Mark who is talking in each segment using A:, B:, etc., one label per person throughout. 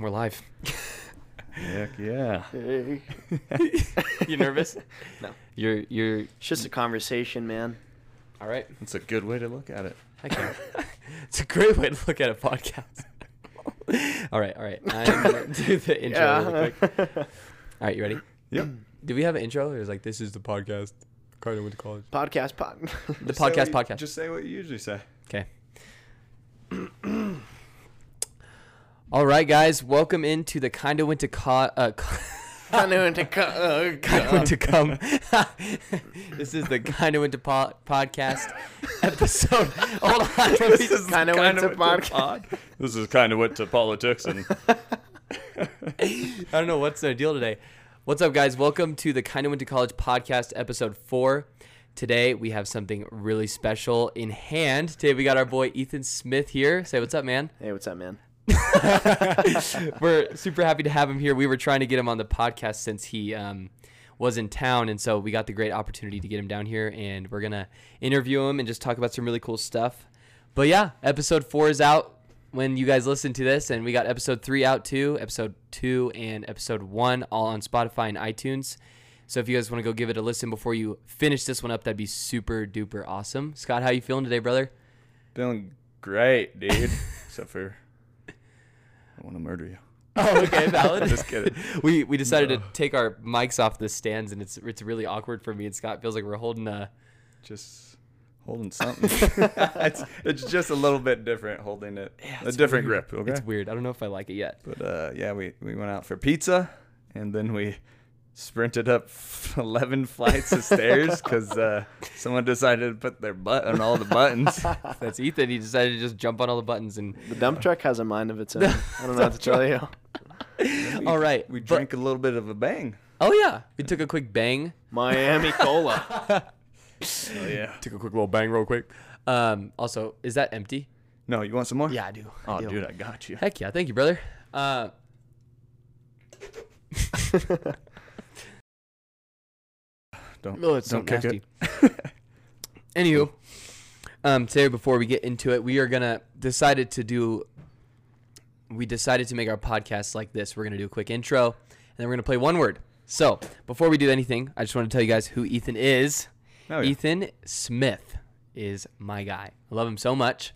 A: We're live.
B: Heck yeah.
C: Hey.
A: you nervous? no. You're you're
C: It's just a conversation, man.
A: all right.
B: That's a good way to look at it.
A: Okay. it's a great way to look at a podcast. all right, all right. I'm gonna do the intro really quick. All right, you ready?
B: Yep.
A: Do we have an intro? It was like this is the podcast. Carter went to college.
C: podcast pod.
A: The podcast podcast.
B: Just say what you usually say.
A: Okay. all right, guys. Welcome into the kinda went to co- uh,
C: I knew it to co- oh,
A: kind
C: God.
A: of went to come. this is the kind of went to po- podcast episode. Hold on, let me-
B: is
C: kinda went to podca-
B: pod. This is kind of went to politics and
A: I don't know what's their deal today. What's up, guys? Welcome to the kind of went to college podcast episode four. Today we have something really special in hand. Today we got our boy Ethan Smith here. Say what's up, man.
C: Hey, what's up, man?
A: we're super happy to have him here. We were trying to get him on the podcast since he um, was in town, and so we got the great opportunity to get him down here, and we're gonna interview him and just talk about some really cool stuff. But yeah, episode four is out when you guys listen to this, and we got episode three out too, episode two and episode one, all on Spotify and iTunes. So if you guys want to go give it a listen before you finish this one up, that'd be super duper awesome. Scott, how you feeling today, brother?
B: feeling great, dude. Except for I want to murder you.
A: Oh, okay, valid.
B: Just kidding.
A: we we decided to take our mics off the stands, and it's it's really awkward for me and Scott. Feels like we're holding a
B: Just holding something. it's, it's just a little bit different holding it. a different grip, okay?
A: it's weird. I don't know if I like it yet.
B: But uh, yeah, we, we went out for pizza, and then we sprinted up eleven flights of stairs because uh, someone decided to put their butt on all the buttons.
A: That's Ethan. He decided to just jump on all the buttons and
C: The dump truck has a mind of its own. I don't know what to tell you.
A: all right.
B: We
A: but-
B: drank a little bit of a bang.
A: oh yeah, we took a quick bang.
C: Miami Cola.
B: Oh yeah.
A: Took a quick little bang, real quick. Um. Also, is that empty?
B: No, you want some more?
A: Yeah, I do.
B: Oh,
A: I do.
B: dude, I got you.
A: Heck yeah! Thank you, brother. Uh,
B: Don't
A: Oh, it's so
B: don't kick
A: nasty.
B: it.
A: Anywho, um, today before we get into it, we are gonna decided to do. We decided to make our podcast like this. We're gonna do a quick intro, and then we're gonna play one word. So before we do anything, I just want to tell you guys who Ethan is.
B: Oh, yeah.
A: Ethan Smith is my guy. I love him so much.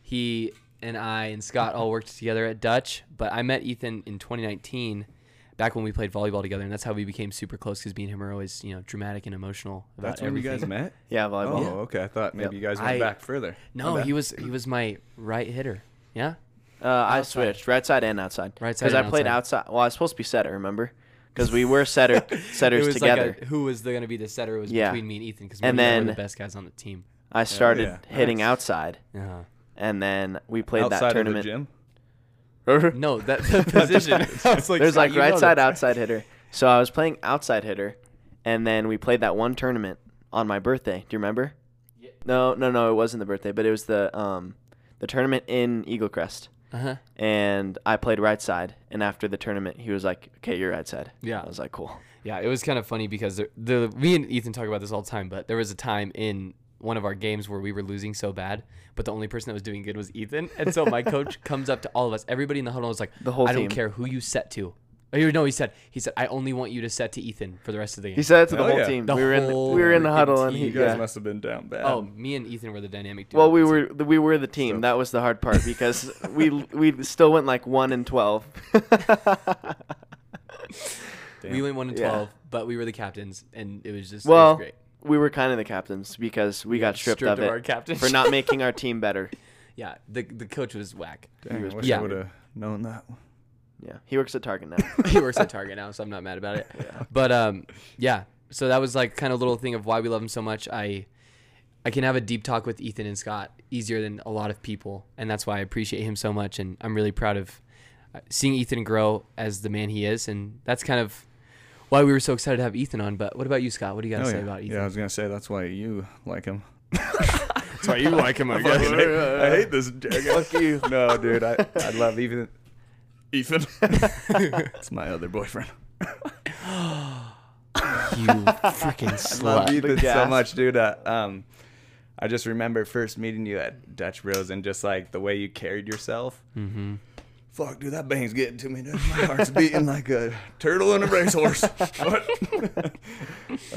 A: He and I and Scott all worked together at Dutch, but I met Ethan in 2019, back when we played volleyball together, and that's how we became super close because me and him are always, you know, dramatic and emotional about
B: That's when you
A: everything.
B: guys met.
C: Yeah,
B: Oh,
C: volleyball.
B: okay. I thought maybe you
C: Yep.
B: guys went
A: I-
B: back further.
A: No,
B: My bad.
A: he was he was my right hitter. Yeah.
C: Uh, I switched right side and outside.
A: Right side
C: Because I
A: and
C: played outside. Well, I was supposed to be setter, remember? Because we were setter setters together.
A: like a, who was the, gonna be the setter was
C: Yeah.
A: between me and Ethan because
C: And
A: were the
C: then-
A: best guys on the team.
C: I started
B: yeah.
C: hitting
B: Nice.
C: outside,
A: Uh-huh.
C: and then we played
B: outside
C: that
B: of the
C: tournament.
B: gym.
A: No, that the position. I was like,
C: There's
A: Scott,
C: like
A: you know
C: right side,
A: that.
C: outside hitter. So I was playing outside hitter, and then we played that one tournament on my birthday. Do you remember? No, no, no. It wasn't the birthday, but it was the um, the tournament in Eagle Crest,
A: Uh-huh.
C: and I played right side. And after the tournament, he was like, "Okay, you're right side."
A: Yeah.
C: I was like, "Cool."
A: Yeah, it was kind of funny because the, the me and Ethan talk about this all the time, but there was a time in one of our games where we were losing so bad, but the only person that was doing good was Ethan, and so my coach comes up to all of us, everybody in the huddle is like,
C: The whole
A: I don't
C: team.
A: care who you set to." Oh, you know, he said, he said, "I only want you to set to Ethan for the rest of the game."
C: He said it to the
B: Hell
C: whole
B: yeah.
C: team.
A: The
C: we were in the,
A: whole
C: we were in the
A: freaking
C: huddle, and
A: team.
C: he
B: You guys
C: yeah.
B: must have been down bad.
A: oh, me and Ethan were the dynamic duo.
C: um, Well, we
A: So-
C: were we were the team. That was the hard part because we we still went like one and twelve.
A: We went one and
C: Yeah.
A: twelve, but we were the captains, and it was just it
C: Well,
A: was great.
C: we were kind of the captains because we got stripped,
A: stripped
C: of,
A: of
C: it
A: our captainship.
C: for not making our team better.
A: Yeah, the the coach was whack.
B: Dang, I wish
A: Yeah.
B: I would have known that.
C: Yeah, he works at Target now.
A: he works at Target now, so I'm not mad about it. But um, yeah. So that was like kind of a little thing of why we love him so much. I I can have a deep talk with Ethan and Scott easier than a lot of people, and that's why I appreciate him so much. And I'm really proud of uh, seeing Ethan grow as the man he is, and that's kind of why we were so excited to have Ethan on. But what about you, Scott? What do you got to
B: Oh,
A: say
B: yeah.
A: about Ethan?
B: yeah, I was gonna say that's why you like him.
A: That's why you like him, I
B: Fucking hate- I hate this. Fuck you. No, dude, I, I love Ethan. Ethan. it's my other boyfriend.
A: you freaking
B: I love
A: slut.
B: Ethan so
C: gasp.
B: much, dude. Uh, um, I just remember first meeting you at Dutch Bros and just like the way you carried yourself. Mm-hmm. Fuck, dude, that bang's getting to me. Dude. My heart's beating like a turtle in a racehorse. What?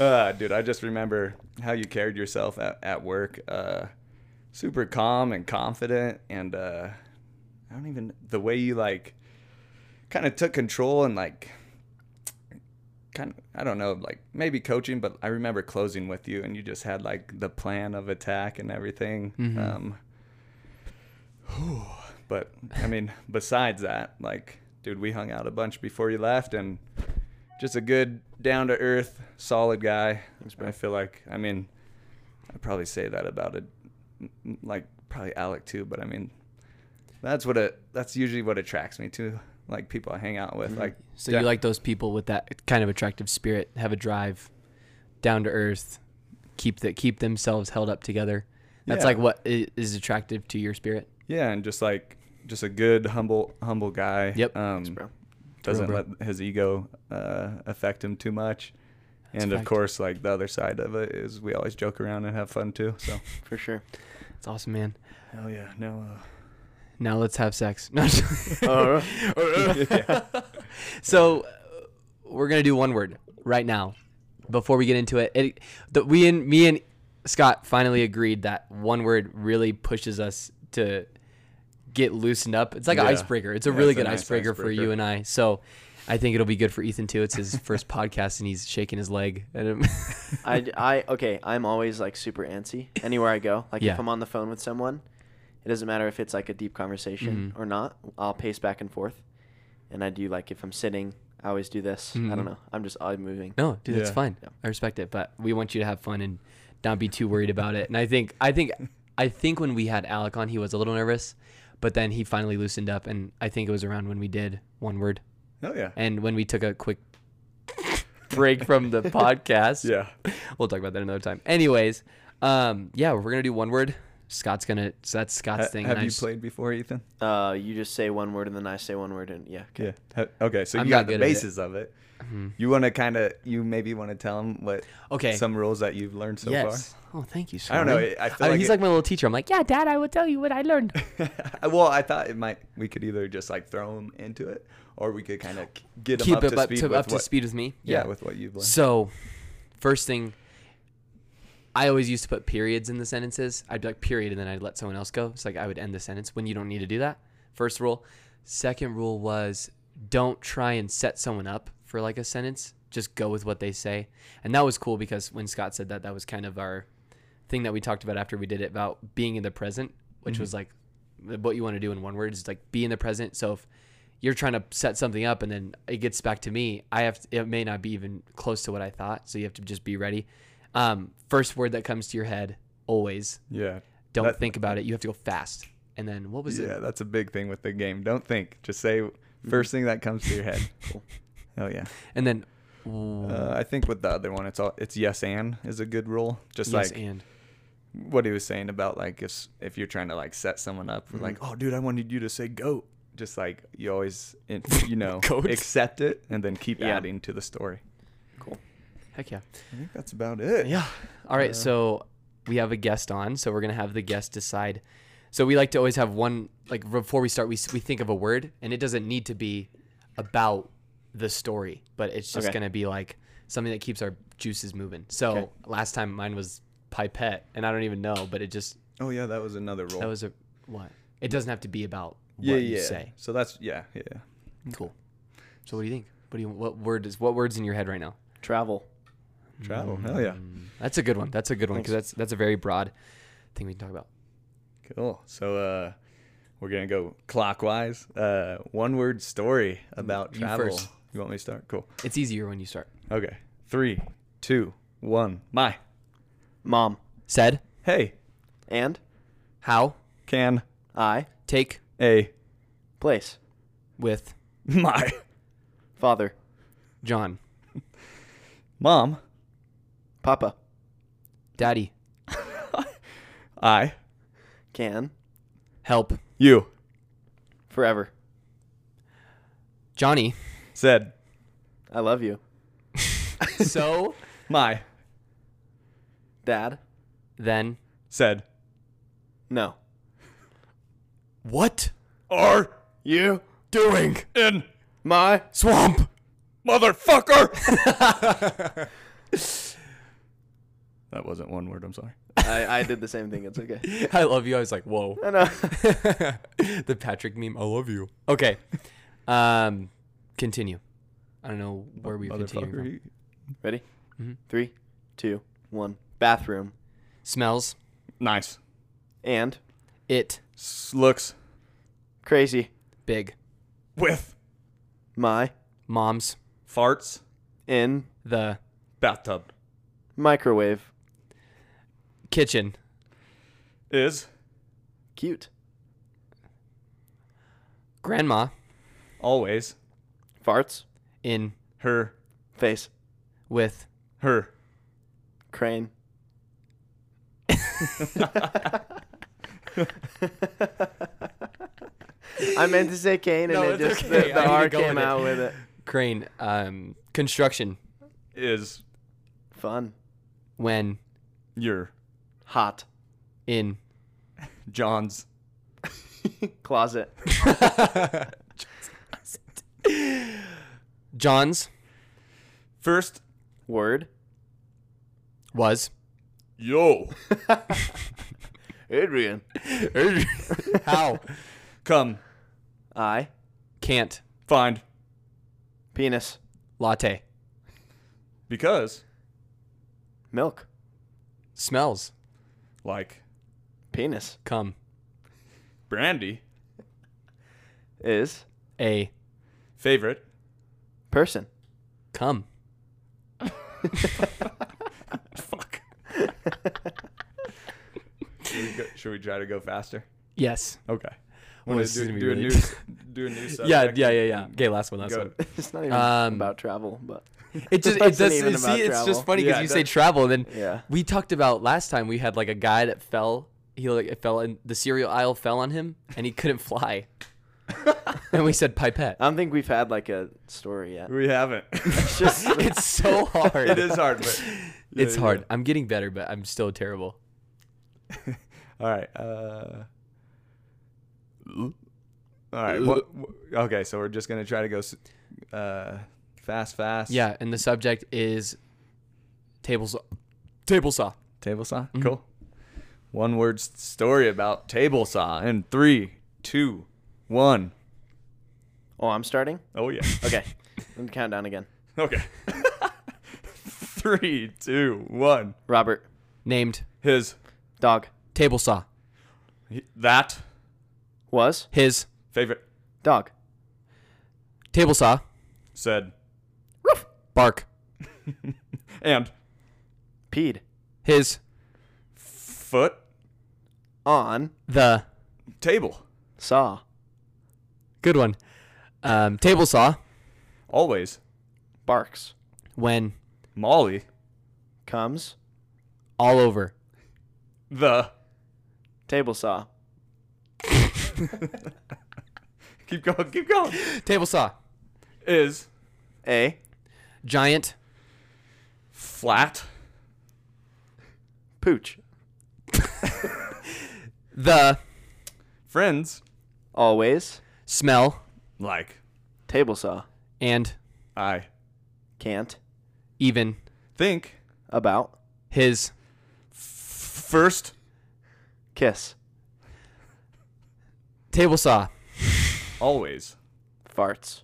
B: uh, dude, I just remember how you carried yourself at, at work. Uh, super calm and confident. And uh, I don't even, the way you like kind of took control and like kind of I don't know, like maybe coaching, but I remember closing with you and you just had like the plan of attack and everything. Um, whew. but I mean, besides that, like, dude, we hung out a bunch before you left and just a good down to earth, solid guy. I feel like I mean, I probably say that about it, like probably Alec too, but I mean, that's what it. That's usually what attracts me to like people I hang out with.
A: Mm-hmm.
B: Like,
A: So
B: yeah.
A: you like those people with that kind of attractive spirit, have a drive, down to earth, keep that keep themselves held up together. That's
B: Yeah.
A: like what i- is attractive to your spirit.
B: Yeah, and just like just a good humble humble guy.
A: Yep.
B: Um,
C: bro.
B: doesn't
A: True,
B: let his ego uh, affect him too much. and of
A: fact.
B: course, like the other side of it is we always joke around and have fun too. So
C: for sure.
A: It's awesome, man.
B: hell yeah, no. Uh,
A: Now let's have sex. No, I'm just-
C: Oh,
A: so uh, we're gonna do one word right now. Before we get into it, it the, we and me and Scott finally agreed that one word really pushes us to get loosened up. It's like an
B: Yeah.
A: icebreaker. It's a
B: Yeah,
A: really
B: it's a
A: good
B: nice
A: icebreaker, for
B: icebreaker.
A: you and I. So I think it'll be good for Ethan too. It's his first podcast, and he's shaking his leg. And it-
C: I, I okay. I'm always like super antsy anywhere I go. Like
A: Yeah.
C: if I'm on the phone with someone, it doesn't matter if it's like a deep conversation
A: Mm-hmm.
C: or not. I'll pace back and forth, and I do like if I'm sitting, I always do this. I
A: Mhm.
C: don't know. I'm just I'm moving.
A: No, dude, that's
B: Yeah.
A: fine.
C: Yeah.
A: I respect it, but we want you to have fun and not be too worried about it. And I think, I think, I think when we had Alec on, he was a little nervous, but then he finally loosened up. And I think it was around when we did one word
B: hell yeah.
A: and when we took a quick break from the podcast.
B: Yeah.
A: we'll talk about that another time. Anyways, um, yeah, we're gonna do one word. Scott's gonna. So that's Scott's
B: Ha-
A: thing.
B: have
A: and I
B: you
A: just-
B: played before, Ethan?
C: Uh, you just say one word and then I say one word and yeah. Okay.
B: Yeah. Ha- okay, so you
A: I'm not
B: got the
A: good at it. Mm-hmm.
B: basis of it. You want to kind of, you maybe want to tell him what
A: Okay.
B: some rules that you've learned so
A: yes. Oh, thank you.
B: I
A: Sean.
B: don't know, I- I feel
A: mean,
B: like
A: he's
B: it-
A: like my little teacher. I'm like, yeah, Dad. I will tell you what I learned.
B: far. well, I thought it might. We could either just like throw him into it, or we could kind of get him
A: Keep
B: up,
A: it
B: to
A: up
B: speed
A: to
B: with
A: up to
B: what-
A: speed with me.
B: Yeah, with what you've learned.
A: So, first thing, I always used to put periods in the sentences. I'd be like, period, and then I'd let someone else go. It's like I would end the sentence when you don't need to do that. First rule. Second rule was don't try and set someone up for like a sentence. Just go with what they say. And that was cool because when Scott said that, that was kind of our thing that we talked about after we did it about being in the present, which was
B: Mm-hmm.
A: like what you want to do in one word is like be in the present. So if you're trying to set something up and then it gets back to me, I have to, it may not be even close to what I thought. So you have to just be ready. Um, first word that comes to your head always.
B: yeah.
A: Don't
B: That-
A: think about it. You have to go fast. And then what was
B: Yeah,
A: it? Mm-hmm.
B: that's a big thing with the game. Don't think. Just say first thing that comes to your head.
C: Cool.
B: Hell yeah.
A: And then
B: Uh, I think with the other one, it's all it's yes and is a good rule. Just
A: yes
B: like
A: and
B: what he was saying about like if s- if you're trying to like set someone up, like
A: Mm-hmm.
B: oh dude, I wanted you to say goat. Just like you always in- you know
A: Goat.
B: accept it and then keep
C: Yeah.
B: adding to the story.
A: heck yeah.
B: I think that's about it.
A: Yeah. All right. so we have a guest on. So we're gonna have the guest decide. So we like to always have one like before we start. We s- we think of a word, and it doesn't need to be about the story, but it's just
C: Okay.
A: gonna be like something that keeps our juices moving. So
C: Okay.
A: last time mine was pipette, and I don't even know, but it just
B: Oh yeah, that was another rule.
A: that was a what? It doesn't have to be about what
B: yeah,
A: you
B: yeah.
A: say.
B: So that's yeah, yeah.
A: Cool. So what do you think? What do you what word is what words in your head right now?
C: Travel.
B: Travel.
A: Mm.
B: Hell yeah.
A: That's a good one. That's a good one because that's that's a very broad thing we can talk about.
B: Cool. So uh, we're gonna go clockwise. Uh, one word story about
A: you
B: travel.
A: first.
B: You want me to start? Cool.
A: It's easier when you start.
B: Okay. Three, two, one. My.
C: Mom
A: Said,
B: Hey,
C: and
A: how,
B: can
C: I
A: take,
B: a
C: place
A: with,
B: my
C: father
A: John,
B: mom?
C: papa
A: daddy,
B: I
C: can
A: help,
B: you
C: forever.
A: Johnny,
B: said
C: I love you,
A: so,
B: my
C: Dad.
A: then,
B: said
C: No.
A: what?
B: are
C: You
A: doing
B: in
C: My
A: swamp?
B: motherfucker. that wasn't one word. I'm sorry.
C: I, I did the same thing. It's okay.
A: I love you. I was like, whoa.
C: I know.
A: the Patrick meme. I love you. Okay. Um, continue. I don't know where we continue.
B: Motherfucker.
A: From.
B: you-
C: Ready? Three, two, one. Bathroom
A: Smells
B: Nice.
C: and
A: it
B: S- looks
C: crazy.
A: big.
B: with
C: My
A: Mom's
B: farts
C: in
A: the
B: bathtub
C: microwave.
A: kitchen.
B: is
C: Cute.
A: Grandma
B: always
C: Farts.
A: in
B: her
C: Face.
A: with
B: her.
C: Crane. I meant to say cane, and
A: No,
C: it
A: it's
C: just
A: okay. I
C: the, the
A: need to
C: R
A: go
C: came
A: with it.
C: out with it.
A: crane. Um, construction
B: is
C: Fun.
A: when
B: your
C: Hot.
A: in
B: John's
C: Closet.
A: John's
B: first
C: Word.
A: was
B: yo
C: Adrian.
A: how
B: come
C: I.
A: can't
B: find
C: Penis.
A: latte
B: because
C: Milk.
A: smells
B: like
C: Penis.
A: come
B: brandy
C: Is.
A: a
B: favorite
C: Person.
A: come
B: fuck should, we go, should we try to go faster
A: yes
B: okay
A: Well,
B: Wanna
A: this is
B: do,
A: gonna be
B: do,
A: really-
B: a new, s- do a new subject
A: yeah yeah yeah yeah okay last one last
B: Mm. Go.
A: one
C: It's not even
A: Um,
C: about travel, but
A: it just it
C: Wasn't
A: does
C: even
A: see
C: about
A: it's
C: travel.
A: just funny because
B: Yeah,
A: you
B: it
A: say
B: does-
A: travel and then
C: Yeah.
A: we talked about last time we had like a guy that fell he like it fell in the cereal aisle fell on him and he couldn't fly and we said pipette
C: I don't think we've had like a story yet.
B: we haven't
C: It's just
A: it's so hard
B: it is hard but Yeah,
A: it's
B: yeah.
A: hard i'm getting better but i'm still terrible
B: all right uh all right what, wh- okay so we're just gonna try to go s- uh fast fast
A: yeah and the subject is table saw table saw
B: Table saw. Cool. One word s- story about table saw in three, two, one.
C: Oh, I'm starting?
B: Oh yeah.
C: Okay. Let me count down again.
B: okay. three, two, one.
C: Robert.
A: named
B: His
C: Dog.
A: table saw
B: he- that
C: Was.
A: his
B: favorite
C: Dog.
A: table saw
B: said
A: bark
B: and
C: Peed.
A: his
B: foot
C: On.
A: the
B: table
C: Saw.
A: good one um, table saw
B: always
C: Barks.
A: when
B: Molly
C: Comes.
A: all over
B: the
C: Table saw.
B: keep going keep going
A: table saw
B: is
C: A.
A: giant
B: flat
C: Pooch.
A: the
B: friends
C: Always.
A: smell
B: like
C: Table saw.
A: and
B: I
C: Can't.
A: even
B: think
C: About.
A: his
B: first
C: Kiss.
A: table saw
B: always
C: Farts.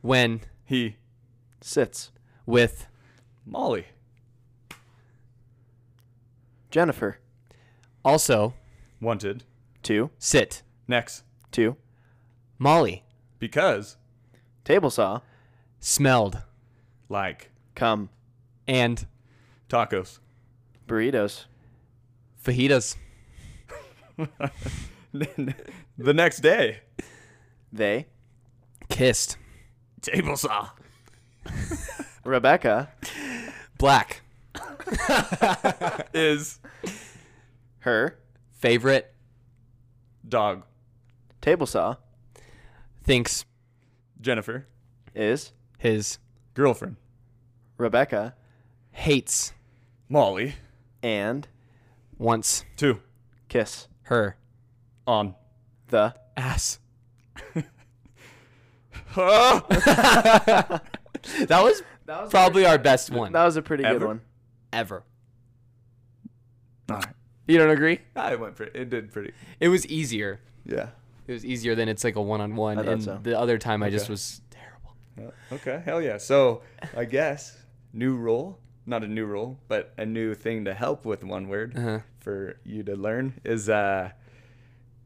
A: when
B: he
C: Sits.
A: with
B: Molly
C: Jennifer.
A: also
B: wanted
C: Two.
A: sit
B: next
C: Two.
A: Molly
B: because
C: Table saw.
A: smelled
B: like
C: Come.
A: and
B: tacos.
C: Burritos.
A: fajitas
B: the next day,
C: They.
A: kissed
B: table saw.
C: Rebecca.
A: black
B: Is
C: Her.
A: favorite
B: dog
C: Table saw.
A: thinks
B: Jennifer
C: Is.
A: his
B: girlfriend
C: Rebecca.
A: hates
B: Molly
C: And.
A: wants
B: two
C: Kiss.
A: her
B: on
C: The.
A: ass
B: Huh?
A: that was
C: That was
A: probably our best one
C: That was a pretty good
B: Ever?
C: one.
A: ever.
B: All right.
A: You don't agree?
B: I went pretty. It did pretty.
A: It was easier.
B: Yeah.
A: It was easier than it's like a one on one.
C: I thought
A: And
C: so.
A: the other time I just
B: Okay.
A: was terrible.
B: Yeah, Okay, hell yeah. So I guess new rule, not a new rule, but a new thing to help with one word
A: Uh-huh.
B: for you to learn is uh,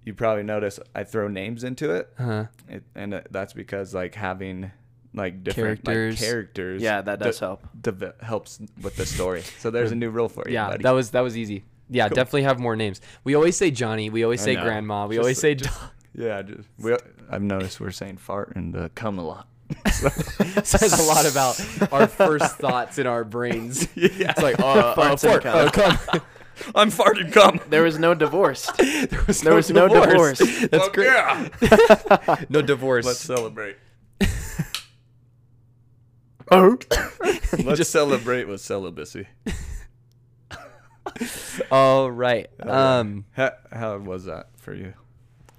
B: you probably notice I throw names into it,
A: Uh-huh.
B: it and uh, that's because like having like different
A: Characters.
B: characters, like, characters
C: Yeah, that does
B: de-
C: help.
B: deve- helps with the story. So there's a new rule for you.
A: Yeah,
B: buddy.
A: that was that was easy. Yeah, definitely have more names. We always say Johnny. We always
B: I
A: say
B: know.
A: Grandma. We
B: Just-
A: always say.
B: just-
A: dog.
B: yeah. Just, we, I've noticed we're saying fart and uh, come a lot.
A: says a lot about our first thoughts in our brains.
B: Yeah.
A: It's like, uh, uh,
C: Farts and
A: fart, uh, cum.
B: I'm farting. Come.
C: There was no divorced.
A: There was
C: There
A: no
C: was no
A: divorce.
C: divorce.
A: That's
B: Fuck
A: great.
B: yeah.
A: No divorce.
B: Let's celebrate.
C: Oh.
B: Let's celebrate with celibacy.
A: All right.
B: yeah.
A: Um,
B: How, how was that for you?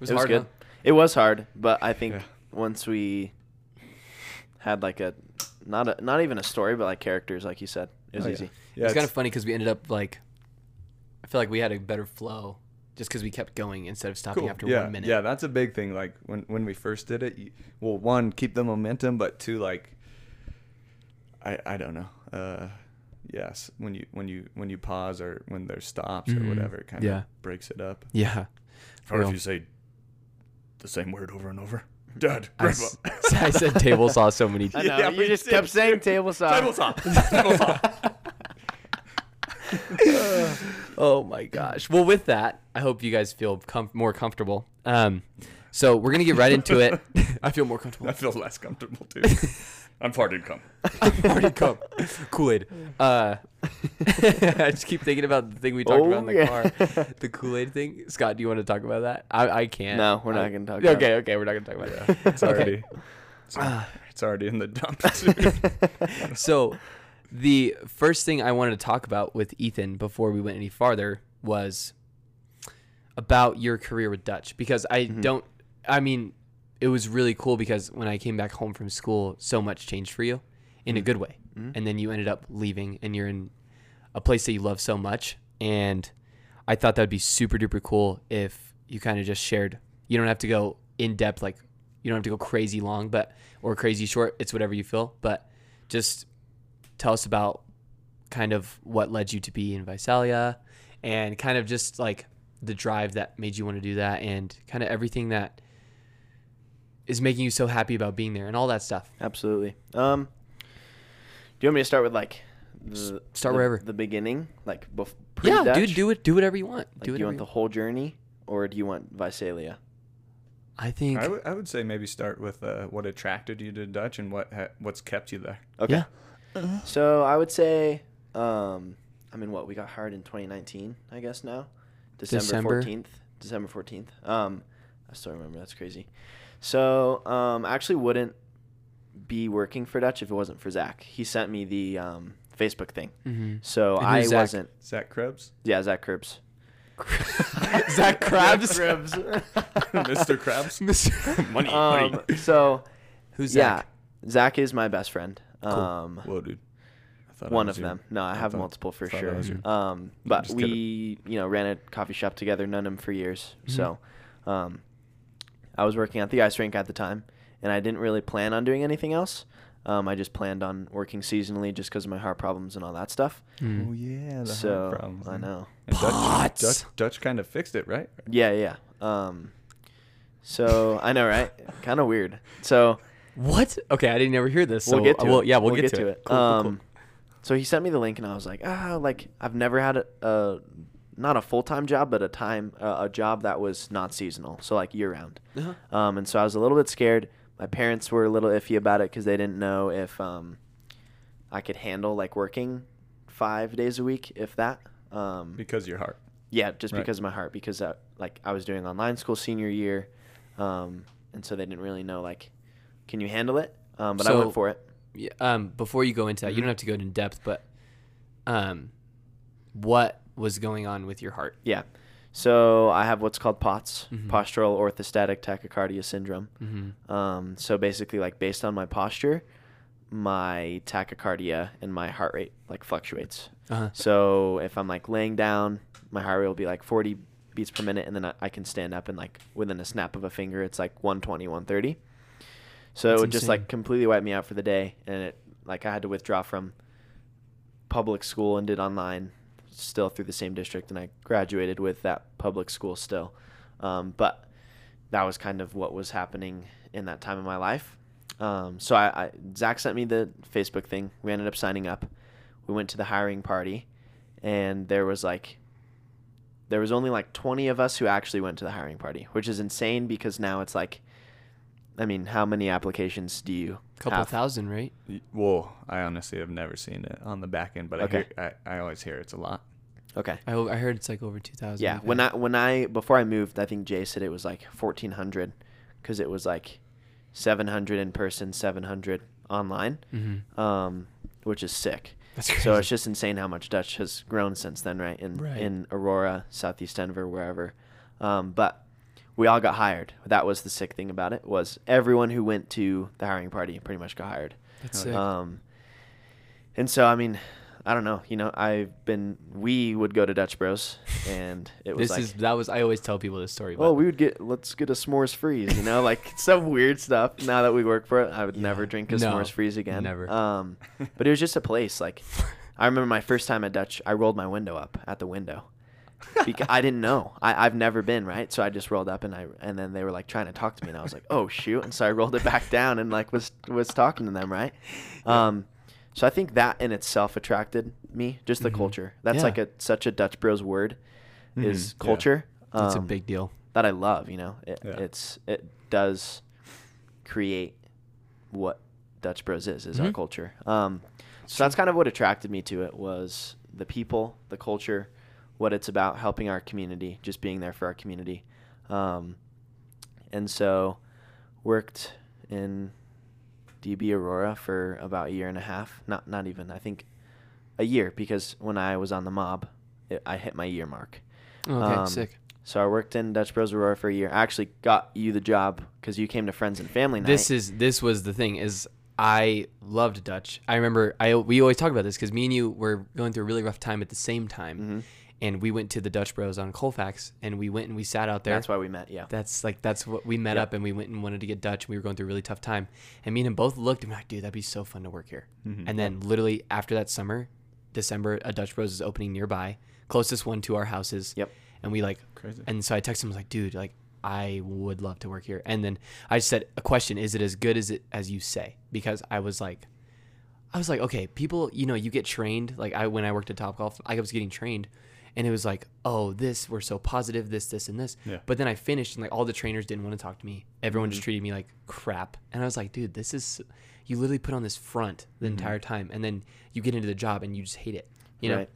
A: it was,
C: It was
A: hard,
C: good.
A: huh?
C: It was hard, but I think
B: Yeah.
C: once we had like a not a not even a story, but like characters, like you said, it was
B: Oh, yeah.
C: easy.
B: Yeah,
A: it was kind of
B: it's-
A: funny because we ended up like, I feel like we had a better flow just because we kept going instead of stopping
B: cool.
A: after
B: yeah,
A: one minute.
B: yeah, that's a big thing. Like when when we first did it, you, well, one keep the momentum, but two like, I I don't know. Uh, yes, when you when you when you pause or when there's stops
A: Mhm.
B: or whatever, it kind of
A: Yeah.
B: breaks it up.
A: Yeah.
B: Or if
A: Real.
B: you say the same word over and over, Dad,
A: I,
B: Grandpa,
A: s- I said table saw so many
C: I
A: times.
C: know.
B: Yeah,
C: you
B: we
C: just
B: did.
C: kept saying table saw.
B: table top, table top.
A: Oh my gosh. Well, with that, I hope you guys feel com- more comfortable. Um, so we're gonna get right into it. I feel more comfortable.
B: I feel less comfortable too. I'm farted. Come.
A: Party cup, Kool Aid. Uh, I just keep thinking about the thing we talked
C: Oh,
A: about in the
C: yeah.
A: car, the Kool Aid thing. Scott, do you want to talk about that? I, I can't.
C: No, we're not
A: I-
C: gonna talk
A: Okay,
C: about it.
A: okay, we're not gonna talk about that.
B: It's
A: Okay. Uh.
B: already. It's, it's already in the dump. Too.
A: So, the first thing I wanted to talk about with Ethan before we went any farther was about your career with Dutch because I don't. I mean, it was really cool because when I came back home from school, so much changed for you in a good way, and then you ended up leaving, and you're in a place that you love so much. And I thought that'd be super duper cool if you kind of just shared. You don't have to go in depth, like you don't have to go crazy long, but or crazy short. It's whatever you feel. But just tell us about kind of what led you to be in Visalia, and kind of just like the drive that made you want to do that, and kind of everything that is making you so happy about being there, and all that stuff.
C: Absolutely. Um, do you want me to start with like the,
A: start
C: the-
A: wherever.
C: the beginning, like bef-
A: yeah,
C: pre-Dutch?
A: dude, do it. Do whatever you want.
C: Like,
A: do
C: do
A: it.
C: you want the whole journey, or do you want Visalia?
A: I think.
B: I, w- I would say maybe start with uh, what attracted you to Dutch and what ha- what's kept you there.
C: Okay.
A: Yeah.
C: So I would say, um, I mean, what we got hired in 2019, I guess now,
A: December.
C: December 14th, December 14th. Um, I still remember. That's crazy. So um, I actually wouldn't be working for Dutch if it wasn't for Zach. He sent me the um, Facebook thing,
A: Mhm.
C: so
A: And
C: I
A: who's Zach?
C: wasn't.
B: Zach Krebs,
C: Yeah, Zach Curbs.
A: Zach Krabs?
B: Mr. Krebs,
A: Mr.
B: money,
C: um, so
A: Who's Zach?
C: yeah, Zach is my best friend. Um,
B: Whoa, dude. I thought I
C: one
B: was
C: of
B: your-
C: them. No, I have
B: thought-
C: multiple for
B: thought I was
C: sure.
B: your-
C: Um, but
B: just
C: we,
B: kidding. Mm-hmm.
C: you know, ran a coffee shop together, known him for years. So, um, I was working at the ice rink at the time, and I didn't really plan on doing anything else. Um, I just planned on working seasonally just because of my heart problems and all that stuff.
A: Hmm.
B: Oh yeah, the
C: so
B: heart problems.
C: I know.
B: And Dutch,
A: Pots.
B: Dutch, Dutch kind of fixed it, right?
C: Yeah, yeah. Um, so I know, right? kind of weird. So
A: What? Okay, I didn't ever hear this.
C: we'll
A: so,
C: get to
A: uh, well,
C: it.
A: Yeah, we'll, get, to, it. Cool, cool,
C: um,
A: cool.
C: So he sent me the link, and I was like, ah, like I've never had a, a not a full time job, but a time uh, a job that was not seasonal, so like year round.
A: Uh-huh.
C: Um, and so I was a little bit scared. My parents were a little iffy about it because they didn't know if um, I could handle like working five days a week, if that. Um,
B: Because your heart.
C: yeah, just
B: Right.
C: because of my heart, because I, like I was doing online school senior year, um, and so they didn't really know like, can you handle it? Um, but I
A: So-
C: went for it.
A: Yeah, um, before you go into
C: Mm-hmm.
A: that, you don't have to go in depth, but um, what was going on with your heart?
C: Yeah. So I have what's called POTS, postural orthostatic tachycardia syndrome. Um, so basically, like based on my posture, my tachycardia and my heart rate like fluctuates.
A: Uh-huh.
C: So if I'm like laying down, my heart rate will be like 40 beats per minute, and then I, I can stand up and like within a snap of a finger, it's like 120, 130. So
A: That's
C: it would just
A: insane.
C: like completely wipe me out for the day, and it like I had to withdraw from public school and did online still through the same district and I graduated with that public school still. Um, but that was kind of what was happening in that time of my life. Um, so I, I Zach sent me the Facebook thing. We ended up signing up. We went to the hiring party and there was like there was only like 20 of us who actually went to the hiring party, which is insane because now it's like I mean, how many applications do you
A: couple
C: have?
A: thousand, right?
B: Y- Whoa, I honestly have never seen it on the back end, but
C: Okay.
B: I, hear, I I always hear it's a lot.
C: Okay.
A: I, o- I heard it's like over two thousand.
C: Yeah, when I when I before I moved, I think Jay said it was like fourteen hundred, because it was like seven hundred in person, seven hundred online,
A: hmm
C: um, which is sick.
A: That's
C: So
A: crazy.
C: it's just insane how much Dutch has grown since then, right? In
A: Right.
C: in Aurora, Southeast Denver, wherever. Um, but we all got hired. That was the sick thing about it was everyone who went to the hiring party pretty much got hired.
A: That's
B: Oh,
A: sick.
C: Um, and so I mean, I don't know. You know, I've been. We would go to Dutch Bros, and it was
A: this
C: like,
A: is that was I always tell people this story.
C: oh,
A: but-
C: we would get let's get a s'mores freeze. You know, like some weird stuff. Now that we work for it, I would
A: Yeah.
C: never drink a
A: No,
C: s'mores freeze again.
A: never.
C: Um, but it was just a place. Like, I remember my first time at Dutch, I rolled my window up at the window. because I didn't know. I, I've never been right, so I just rolled up and I and then they were like trying to talk to me, and I was like, oh shoot, and so I rolled it back down and like was was talking to them right. Um, so I think that in itself attracted me, just the
A: Mhm.
C: culture. That's
A: Yeah. Mm-hmm.
C: like a such a Dutch Bros word, is
B: Mhm. Yeah.
C: culture.
A: that's a
C: Um,
A: big deal.
C: that I love. You know, it,
B: Yeah.
C: it's it does create what Dutch Bros is is our
A: Mhm.
C: culture. Um, so that's kind of what attracted me to it was the people, the culture, what it's about, helping our community, just being there for our community. Um, and so worked in DB Aurora for about a year and a half. Not not even I think a year because when I was on the mob, it, I hit my year mark.
A: Okay,
C: um,
A: sick.
C: So I worked in Dutch Bros Aurora for a year. I actually got you the job because you came to friends and family night.
A: This is this was the thing is I loved Dutch. I remember I we always talk about this because me and you were going through a really rough time at the same time,
C: Mm-hmm.
A: and we went to the Dutch Bros on Colfax, and we went and we sat out there.
C: That's why we met. Yeah.
A: That's like that's what we met
C: Yeah.
A: up and we went and wanted to get Dutch. and We were going through a really tough time, and me and him both looked and we're like, dude, that'd be so fun to work here.
C: Mm-hmm.
A: And then literally after that summer, December, a Dutch Bros is opening nearby, closest one to our houses.
C: Yep.
A: And we like,
B: Crazy.
A: and so I texted him I was like, dude, like I would love to work here. And then I just said a question: Is it as good as it as you say? Because I was like, I was like, okay, people, you know, you get trained. Like I when I worked at Top Golf, I was getting trained and it was like, oh, this, we're so positive, this, this, and this.
B: Yeah.
A: But then I finished and like all the trainers didn't want to talk to me. Everyone
C: Mm-hmm.
A: just treated me like crap. And I was like, dude, this is you literally put on this front the
C: Mm-hmm.
A: entire time and then you get into the job and you just hate it. You know?
C: Right.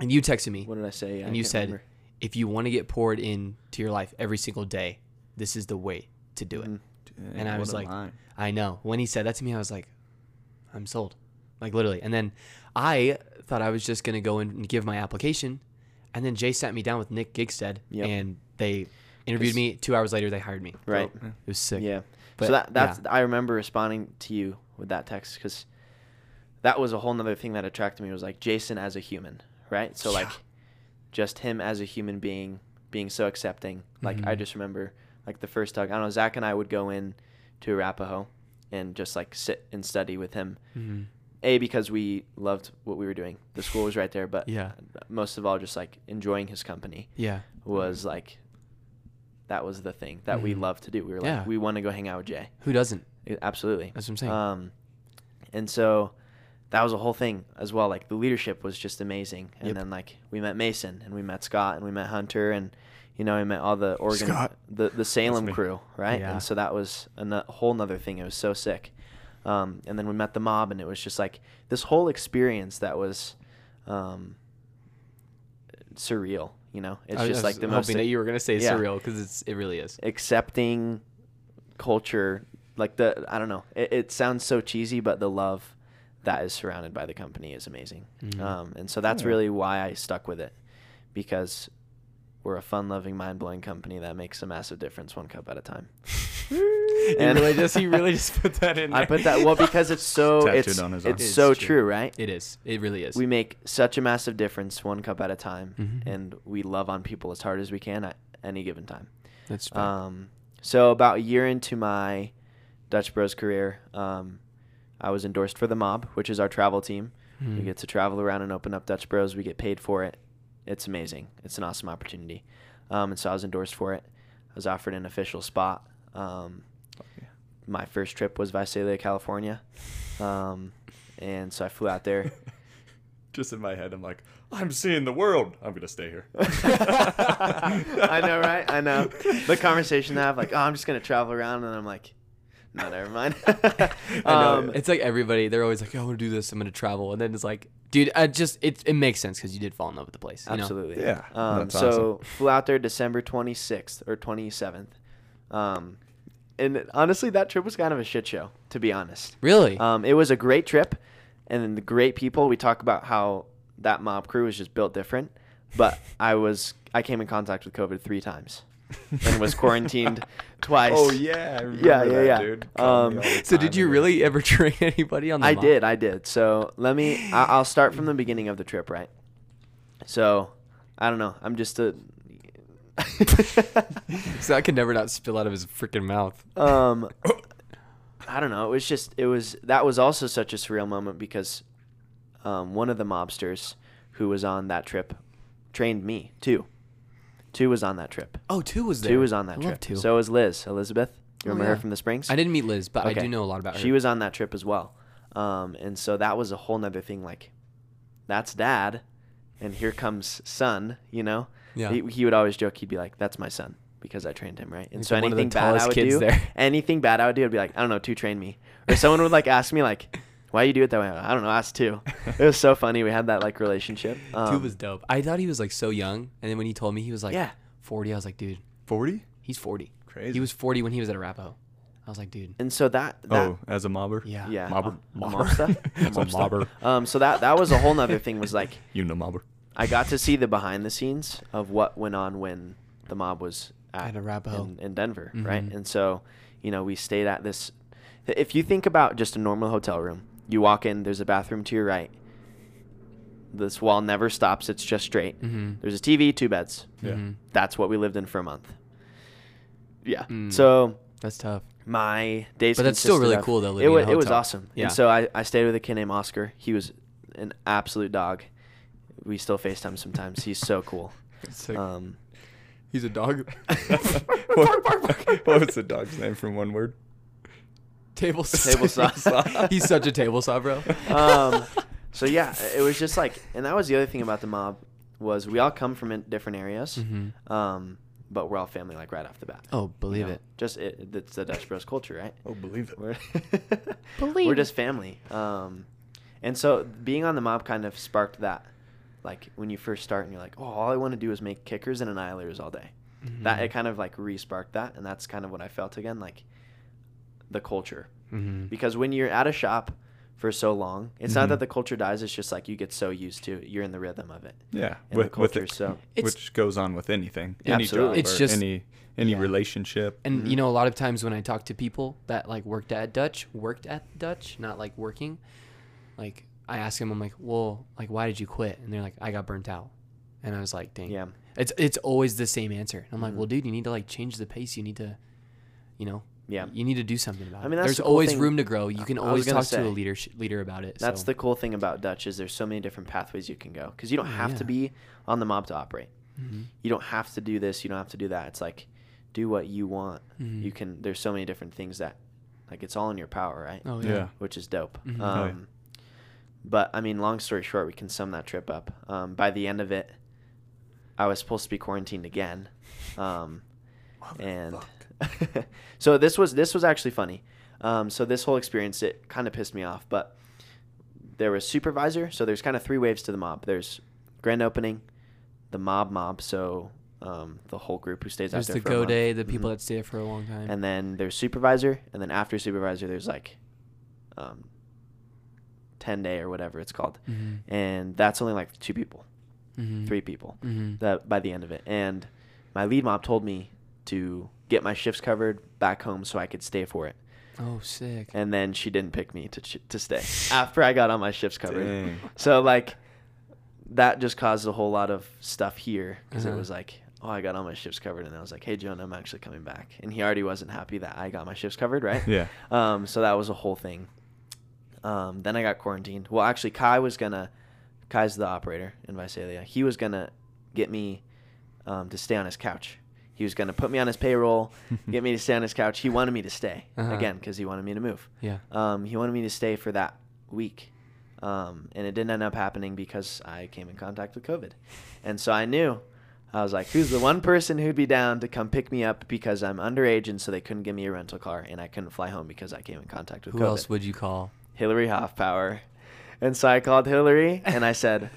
A: And you texted me
C: What did I say? Yeah, I
A: and you
C: can't
A: said,
C: remember.
A: if you want to get poured into your life every single day, this is the way to do it.
C: Mm-hmm. Mm,
A: and I
B: What
A: was
B: a
A: like-
B: line.
A: I know. When he said that to me, I was like, I'm sold. Like literally. And then I thought I was just gonna go in and give my application. And then Jay sat me down with Nick Gigstead
C: Yep.
A: and they interviewed
C: 'Cause-
A: me. Two hours later they hired me.
C: right.
A: It was Mm. sick.
C: Yeah.
A: But,
C: so that that's I remember responding to you with that text because that was a whole nother thing that attracted me was like Jason as a human, right? So like
A: Yeah.
C: just him as a human being being so accepting. Like
A: Mm-hmm.
C: I just remember like the first talk. I don't know. Zach and I would go in to Arapahoe and just like sit and study with him.
A: Mhm.
C: A because we loved what we were doing. The school was right there, but
A: Yeah.
C: most of all, just like enjoying his company
A: Yeah. Mm-hmm.
C: was like that was the thing that we
A: Mhm.
C: loved to do. We were like,
A: Yeah.
C: we want to go hang out with Jay.
A: Who doesn't?
C: Yeah, Absolutely.
A: That's what I'm saying.
C: Um, and so that was a whole thing as well. Like the leadership was just amazing. And
A: Yep.
C: then like we met Mason and we met Scott and we met Hunter and you know we met all the Oregon
B: Scott.
C: the the Salem
B: me.
C: crew right.
A: Yeah.
C: And so that was a no- whole nother thing. It was so sick. Um, and then we met the mob and it was just like this whole experience that was um, surreal. You know, it's
A: I was-
C: just
A: I was
C: like the
A: hoping
C: most
A: that you were gonna say
C: Yeah.
A: surreal because it's it really is.
C: accepting culture like the i don't know it, it sounds so cheesy but the love that is surrounded by the
B: Mm-hmm.
C: company is amazing
A: Mhm.
C: um, and so that's
B: Yeah.
C: really why i stuck with it because we're a fun-loving, mind-blowing company that makes a massive difference one cup at a time.
A: You
C: And-
A: really just he really just put that in.
C: I
A: there.
C: put that well because it's so
B: Tattooed
C: it's
B: on his arm.
C: it's
A: It is
C: so
A: true.
C: true, right?
A: It is. It really is.
C: we make such a massive difference one cup at a time
B: Mm-hmm.
A: Mhm.
C: and we love on people as hard as we can at any given time
A: That's true.
C: um, so about a year into my dutch bros career um, i was endorsed for the mob which is our travel team we
A: Hmm.
C: get to travel around and open up dutch bros we get paid for it it's amazing it's an awesome opportunity um, and so i was endorsed for it i was offered an official spot um, my first trip was visalia california um, and so i flew out there
B: Just in my head, I'm like, I'm seeing the world. I'm gonna stay here.
C: I know, right? I know. The conversation I have, like, oh, I'm just gonna travel around, and I'm like, no, never mind.
A: I
C: um,
A: know. It's like everybody. They're always like, "Oh, I'm gonna do this. I'm gonna travel," and then it's like, "Dude, I just it it makes sense because you did fall in love with the place." You
C: absolutely.
B: Yeah,
C: Um,
B: that's
C: so flew out there December 26th or 27th, um, and honestly, that trip was kind of a shit show, to be honest.
A: Know? Really?
C: Um, it was a great trip, and then the great people. We talk about how that mob crew is just built different, but I was I came in contact with COVID three times and was quarantined twice.
B: Oh yeah, I remember
C: Yeah, yeah,
B: that,
C: yeah.
B: dude. Called me
C: Um,
B: all the
A: so did
B: time
A: you
B: and-
A: really ever train anybody on the?
C: I
A: mob?
C: did, I did. So let me. I, I'll start from the beginning of the trip, right? So I don't know. I'm just a.
A: So I could never not spill out of his freaking mouth.
C: um, I don't know. It was just. It was that was also such a surreal moment because, um, one of the mobsters who was on that trip, trained me too. Two was on that trip.
A: Oh, two was there.
C: Two was on that
A: I
C: trip.
A: Love two.
C: So was Liz Elizabeth. You
A: Oh,
C: remember
A: yeah.
C: her from the Springs?
A: I didn't meet Liz, but I
C: Okay.
A: do know a lot about her.
C: she was on that trip as well um, and so that was a whole nother thing like that's dad and here comes son you know
A: Yeah.
C: he, he would always joke he'd be like that's my son because i trained him right and
A: He's
C: so
A: one of the
C: anything bad i
A: tallest
C: would
A: kids
C: do
A: there.
C: anything bad i would do i'd be like i don't know two train me or someone would like ask me like why you do it that way i don't know ask two it was so funny we had that like relationship
A: two
C: um,
A: was dope. I thought he was like so young, and then when he told me he was like
C: Yeah.
A: 40, I was like, dude,
B: forty?
A: he's 40.
B: Crazy.
A: He was 40 when he was at Arapaho. I was like, dude,
C: and so that, that
B: oh, as a mobber.
A: yeah,
C: yeah
B: Mobber.
C: the
B: Mobber.
C: mob stuff.
B: As a mobber.
A: Oh.
C: um so that that was a whole nother thing was like
B: You know mobber.
C: I got to see the behind the scenes of what went on when the mob was at,
A: At Arapahoe.
C: in, in Denver, right?
A: Mhm.
C: And so, you know, we stayed at this. If you think about just a normal hotel room, you walk in, there's a bathroom to your right. This wall never stops; it's just straight.
A: Mhm.
C: There's a TV, two beds.
B: Yeah.
A: Mhm.
C: That's what we lived in for a month. Yeah.
A: Mm.
C: So
A: that's tough.
C: my days.
A: But that's still
C: consisted
A: really
C: of-
A: cool, though,
C: It
A: living
C: was,
A: in a
C: it was
A: hotel.
C: awesome.
A: Yeah.
C: And so I, I stayed with a kid named Oscar. He was an absolute dog. We still FaceTime sometimes. He's so cool. Um,
A: he's a dog.
B: what, what was the dog's name from one word?
A: Table saw.
C: Table saw.
A: He's such a table saw, bro.
C: um, so yeah, it was just like, and that was the other thing about the mob was we all come from in- different areas,
A: Mhm.
C: um, but we're all family like right off the bat.
A: Oh, believe
C: know?
A: it.
C: Just it, it's the Dutch Bros culture, right?
B: Oh, believe it.
C: We're, we're just family. Um, and so being on the mob kind of sparked that. Like when you first start and you're like, oh, all I want to do is make kickers and annihilators all day. That
A: Mm-hmm.
C: it kind of like re sparked that. And that's kind of what I felt again like the culture.
A: Mhm.
C: Because when you're at a shop for so long, it's
A: Mhm.
C: not that the culture dies, it's just like you get so used to it. You're in the rhythm of it.
B: Yeah,
C: And the culture, so-
A: It's-
B: which goes on with anything,
C: Yeah,
B: any
C: absolutely.
B: job,
A: It's
B: or
A: just-
B: any any
C: Yeah.
B: relationship.
A: And you know, a lot of times when I talk to people that like worked at Dutch, worked at Dutch, not like working, like I ask them, I'm like, well, like why did you quit? And they're like, I got burnt out. And I was like, dang.
C: Yeah. Mm-hmm.
A: It's it's always the same answer. And I'm like, well, dude, you need to like change the pace. You need to, you know.
C: Yeah.
A: You need to do something about it.
C: I mean, that's
A: There's
C: the cool
A: always
C: thing-
A: room to grow. You can
C: I was
A: always
C: gonna
A: talk to a
C: say.
A: leader leader about it.
C: That's
A: so.
C: the cool thing about Dutch is there's so many different pathways you can go because you don't have
A: Oh, yeah.
C: to be on the mob to operate. You don't have to do this. You don't have to do that. It's like do what you want.
A: Mm-hmm.
C: You can. There's so many different things that, like, it's all in your power, right?
A: Oh yeah.
B: Yeah.
C: Which is dope.
A: Mhm.
C: Um,
B: Oh, yeah.
C: But I mean, long story short, we can sum that trip up. Um, by the end of it, I was supposed to be quarantined again, um, and so this was this was actually funny. Um, so this whole experience it kind of pissed me off, but there was supervisor. So there's kind of three waves to the mob. There's grand opening, the mob mob. So um, the whole group who stays
A: There's
C: out
A: the
C: there. for
A: go
C: a month.
A: day, the
B: Mm-hmm.
A: people
C: Mhm.
A: that stay there for a long time.
C: And then there's supervisor, and then after supervisor, there's like, um, ten day or whatever it's called,
A: Mhm.
C: Mm-hmm. and that's only like two people.
A: Mm-hmm.
C: three people that by the end of it. And my lead mop told me to get my shifts covered back home so I could stay for it.
A: Oh, sick.
C: And then she didn't pick me to ch- to stay after I got all my shifts covered.
B: Dang.
C: So like that just caused a whole lot of stuff here because
A: Uh-huh.
C: it was like, oh, I got all my shifts covered, and I was like, hey, Jonah, I'm actually coming back, and he already wasn't happy that I got my shifts covered, right?
B: Yeah.
C: Um, so that was a whole thing. Um, then I got quarantined. Well, actually, Kai was gonna. Kai's the operator in Visalia. He was gonna get me um, to stay on his couch. He was gonna put me on his payroll, get me to stay on his couch. He wanted me to stay Again,
A: Uh-huh.
C: 'cause again because he wanted me to move.
A: Yeah.
C: Um, he wanted me to stay for that week. Um, and it didn't end up happening because I came in contact with COVID. And so I knew, I was like, who's the one person who'd be down to come pick me up because I'm underage and so they couldn't give me a rental car and I couldn't fly home because I came in contact with
A: Who
C: COVID.
A: else would you call?
C: Hillary Hoffpower. And so I called Hillary and I said,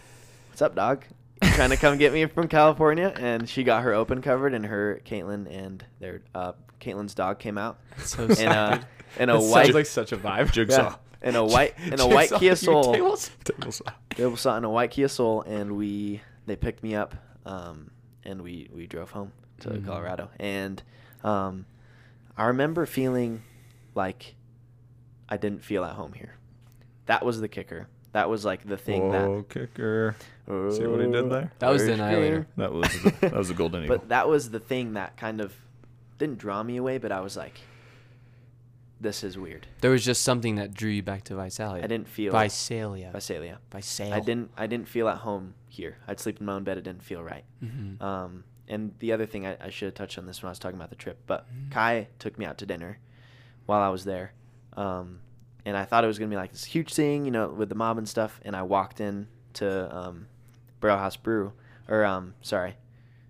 C: What's up, dog? You trying to come get me from California? And she got her open covered and her Caitlin and their uh, Caitlyn's dog came out.
A: So
C: in a,
A: sad.
C: in a
D: That
C: white
D: sounds like such a vibe.
B: Jigsaw.
C: yeah, in a white in a white
D: Jigsaw,
C: Kia
D: you
C: Soul.
D: tables.
B: Jigsaw.
C: They were sat in a white Kia Soul, and we they picked me up, um, and we we drove home to
A: Mhm.
C: Colorado. And um, I remember feeling like I didn't feel at home here. That was the kicker. That was like the thing
B: Whoa, kicker.
C: that.
B: See what he did there?
A: That was the
C: First
A: annihilator.
B: That was the, that was a golden eagle.
C: But that was the thing that kind of didn't draw me away, but I was like, this is weird.
A: There was just something that drew you back to Visalia.
C: I didn't feel
A: Visalia.
C: Visalia.
A: Visalia.
C: I didn't I didn't feel at home here. I'd sleep in my own bed. It didn't feel right.
A: Mhm.
C: Um, and the other thing I, I should have touched on this when I was talking about the trip, but
A: Mm-hmm.
C: Kai took me out to dinner while I was there, um, and I thought it was gonna be like this huge thing, you know, with the mob and stuff. And I walked in to um, Burrow House Brew, or um, sorry,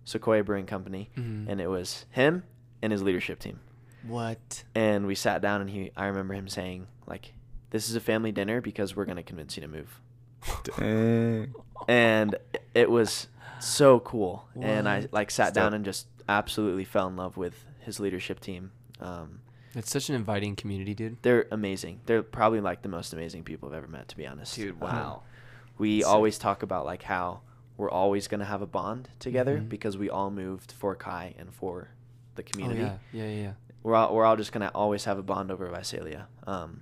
C: Sequoia Brewing Company,
A: Mhm.
C: and it was him and his leadership team
A: What?
C: and we sat down and he i remember him saying like this is a family dinner because we're going to convince you to move
B: Dang.
C: and it was so cool and i
A: What?
C: like sat
B: Still-
C: down and just absolutely fell in love with his leadership team um,
A: It's such an inviting community, dude.
C: they're amazing they're probably like the most amazing people i've ever met to be honest Um, we
B: Sick.
C: always talk about like how we're always going to have a bond together
A: Mhm.
C: because we all moved for kai and for the
A: Oh,
C: community
A: yeah. Yeah, yeah, yeah.
C: we're all, we're all just gonna always have a bond over Visalia. Um,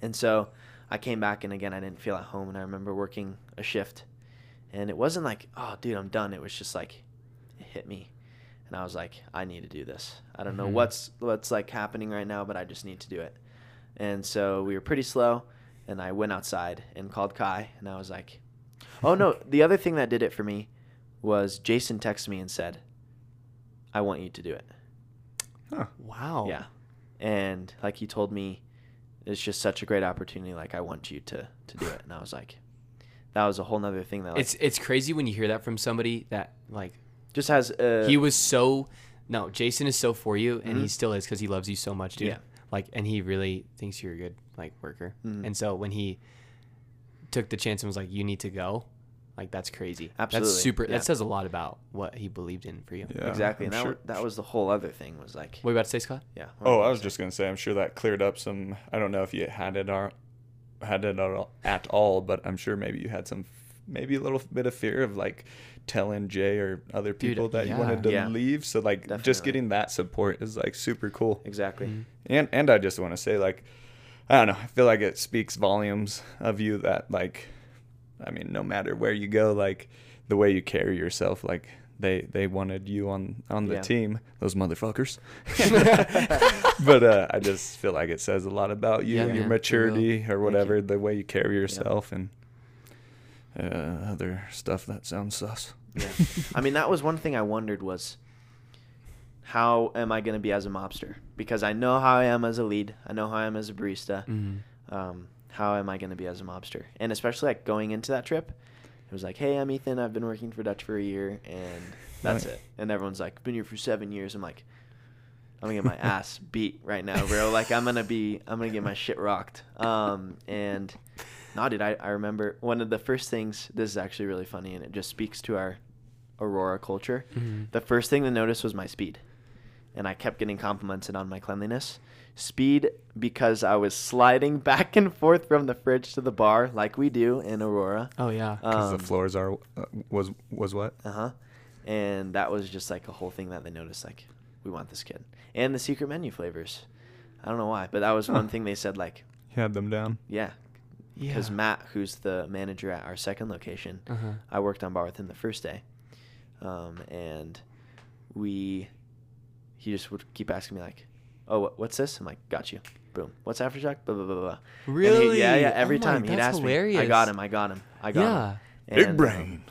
C: and so I came back and again I didn't feel at home and I remember working a shift, and it wasn't like oh dude I'm done. It was just like it hit me, and I was like I need to do this. I don't know
A: Mhm.
C: what's what's like happening right now, but I just need to do it. And so we were pretty slow, and I went outside and called Kai and I was like, oh no. The other thing that did it for me was Jason texted me and said, I want you to do it.
B: Huh.
A: Wow.
C: Yeah. And like he told me, it's just such a great opportunity. Like I want you to to do it. And I was like, that was a whole nother thing that like,
A: It's it's crazy when you hear that from somebody that like
C: just has uh,
A: he was so no Jason is so for you and he
C: Mhm.
A: still is because he loves you so much, dude.
C: Yeah.
A: Like and he really thinks you're a good like worker.
C: Mhm.
A: And so when he took the chance and was like, "You need to go," like that's crazy.
C: Absolutely,
A: That's super.
C: yeah.
A: That says a lot about what he believed in for you.
B: Yeah,
C: exactly.
B: I'm
C: And that,
B: sure-
C: wa- that was the whole other thing was like
A: What are you about to say, Scott?
C: yeah.
B: Oh, I was just gonna say, I'm sure that cleared up some. I don't know if you had it or had it at all, at all, but I'm sure maybe you had some, maybe a little bit of fear of like telling Jay or other
A: Dude,
B: people that
A: yeah.
B: you wanted to
C: Yeah.
B: leave. So like, just
C: Definitely.
B: getting that support is like super cool.
C: exactly.
A: Mm-hmm.
B: And and I just want to say like, I don't know. I feel like it speaks volumes of you that like, I mean, no matter where you go, like the way you carry yourself, like. They, they wanted you on, on the
C: Yeah.
B: team, those motherfuckers. but uh, I just feel like it says a lot about you,
A: Yeah,
B: your
A: man, it
B: maturity, or
C: you.
B: whatever, the way you carry yourself, and uh, other stuff that sounds sus.
C: Yeah. I mean, that was one thing I wondered was how am I going to be as a mobster? Because I know how I am as a lead. I know how I am as a barista.
A: Mhm.
C: Um, how am I going to be as a mobster? And especially like going into that trip, it was like, hey, I'm Ethan. I've been working for Dutch for a year, and that's
B: Right.
C: it. And everyone's like, been here for seven years. I'm like, I'm gonna get my ass beat right now, bro. Like I'm gonna be, I'm gonna get my shit rocked. Um, and nah, dude, I, I remember one of the first things. This is actually really funny, and it just speaks to our Aurora culture.
A: Mhm.
B: Mm-hmm.
C: The first thing they noticed was my speed, and I kept getting complimented on my cleanliness. Speed because I was sliding back and forth from the fridge to the bar like we do in Aurora.
A: Oh yeah.
B: Because
C: Um,
B: the floors are uh, was was what?
C: Uh huh. And that was just like a whole thing that they noticed. Like, we want this kid. And the secret menu flavors. I don't know why, but that was one
B: Huh.
C: thing they said. Like,
B: He had them down.
C: yeah,
A: yeah.
C: because Matt, who's the manager at our second location,
A: Uh-huh.
C: I worked on bar with him the first day, um, and we, he just would keep asking me like, "Oh, what, what's this?" I'm like, "Got you." Boom. What's aftershock? Blah blah blah blah. And he-
A: Really?
C: yeah, yeah.
A: Oh
C: Every
A: my,
C: time he'd
A: that's
C: ask me, "I
A: hilarious.
C: got him. I got him. I got him."
B: Big
C: um,
B: brain.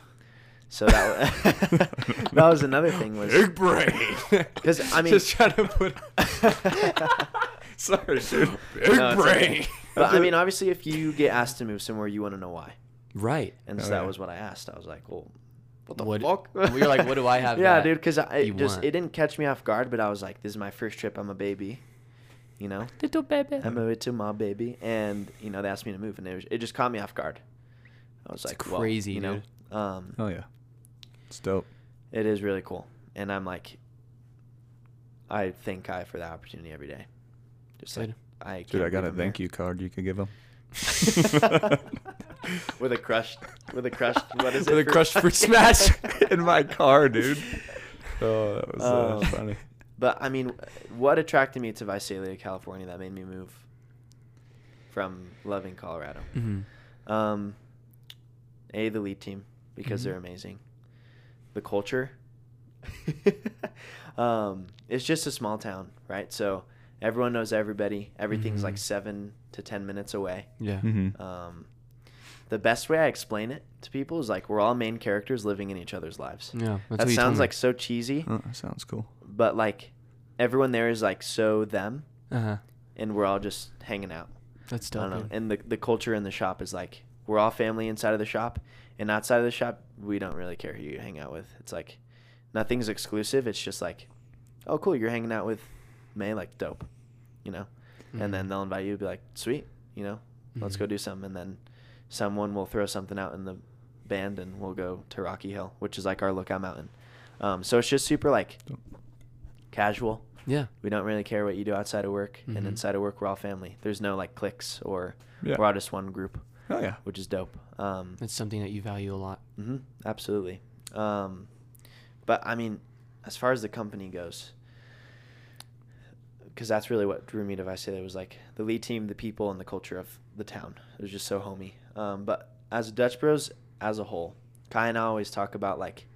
C: so that was, that was another thing was
B: Big brain.
C: 'Cause, I mean-
A: just trying to put.
B: Sorry, dude. Big
C: No, it's okay.
B: brain.
C: But I mean, obviously, if you get asked to move somewhere, you want to know why.
A: right.
C: And so
B: Oh,
C: that
B: yeah.
C: was what I asked. I was like, well, what the
A: What-
C: fuck?
A: we were like, what do I have
C: yeah,
A: that
C: dude, because I
A: you
C: just
A: want?
C: it didn't catch me off guard, but I was like, this is my first trip. I'm a baby, you know.
A: Little baby.
C: I moved to my baby, and you know they asked me to move, and it, was, it just caught me off guard. I was
A: It's
C: like, well,
A: crazy,
C: you know, um,
B: oh yeah, it's dope.
C: it is really cool, and I'm like, I thank God for that opportunity every day. Just like
A: Good.
C: I,
B: Dude,
C: can't
B: I got
C: believe
B: a
C: I'm
B: thank
C: here.
B: you card you could give him.
C: with a crushed, with a crushed, what is it?
A: With a
C: for-
A: crushed fruit smash.
B: in my car, dude. Oh, that was uh,
C: Um,
B: funny.
C: But I mean, what attracted me to Visalia, California, that made me move from loving Colorado?
A: Mhm.
C: Um, a the lead team because
A: Mhm.
C: they're amazing. The culture. um, it's just a small town, right? So everyone knows everybody. Everything's
A: Mhm.
C: like seven to ten minutes away.
A: Yeah.
B: Mhm.
C: Um, the best way I explain it to people is like we're all main characters living in each other's lives.
A: Yeah. that's what
C: that
A: you told
C: sounds
A: me. Uh.
C: like so cheesy,
B: Oh, that sounds cool.
C: but like everyone there is like so them,
A: Uh-huh.
C: and we're all just hanging out.
A: That's
C: I
A: dope.
C: don't know.
A: dude.
C: And the the culture in the shop is like we're all family inside of the shop, and outside of the shop, we don't really care who you hang out with. It's like nothing's exclusive. It's just like, oh, cool, you're hanging out with May, like dope, you know.
A: Mm-hmm.
C: And then they'll invite you, be like, sweet, you know, let's go
A: Mhm.
C: do something. And then someone will throw something out in the band, and we'll go to Rocky Hill, which is like our lookout mountain. Um, so it's just super like casual.
A: Yeah.
C: We don't really care what you do outside of work, and
A: Mhm.
C: inside of work, we're all family. There's no like cliques or
B: Yeah.
C: we're all just one group,
B: Oh yeah.
C: which is dope. Um,
A: That's something that you value a lot.
C: mhm, absolutely. Um, but I mean, as far as the company goes, because that's really what drew me to Visalia was like the lead team, the people, and the culture of the town. It was just so homey. Um, but as Dutch Bros as a whole, Kai and I always talk about like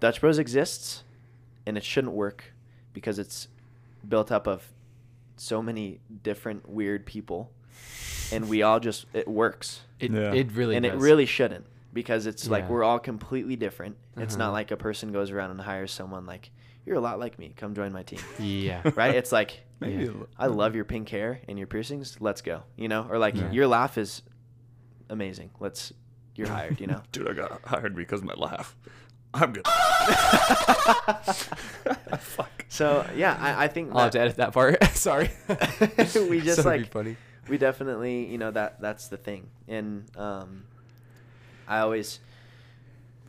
C: Dutch Bros exists, and it shouldn't work because it's built up of so many different weird people, and we all just it works
A: It,
B: Yeah.
A: it really
C: and
A: does.
C: it really shouldn't because it's like
A: Yeah.
C: we're all completely different. It's not
A: Uh-huh.
C: like a person goes around and hires someone like you're a lot like me. Come join my team,
A: Yeah.
C: right? It's like
B: Maybe
A: Yeah.
B: a li-
C: I love your pink hair and your piercings. Let's go, you know, or like
A: Yeah.
C: your laugh is amazing. Let's you're hired, you know.
B: Dude, I got hired because of my laugh. I'm good. Fuck.
C: So yeah, I, I think
A: I'll have to
C: that
A: edit that part. Sorry.
C: We just,
A: That'd be
C: like-
A: funny.
C: we definitely, you know, that that's the thing. And um, I always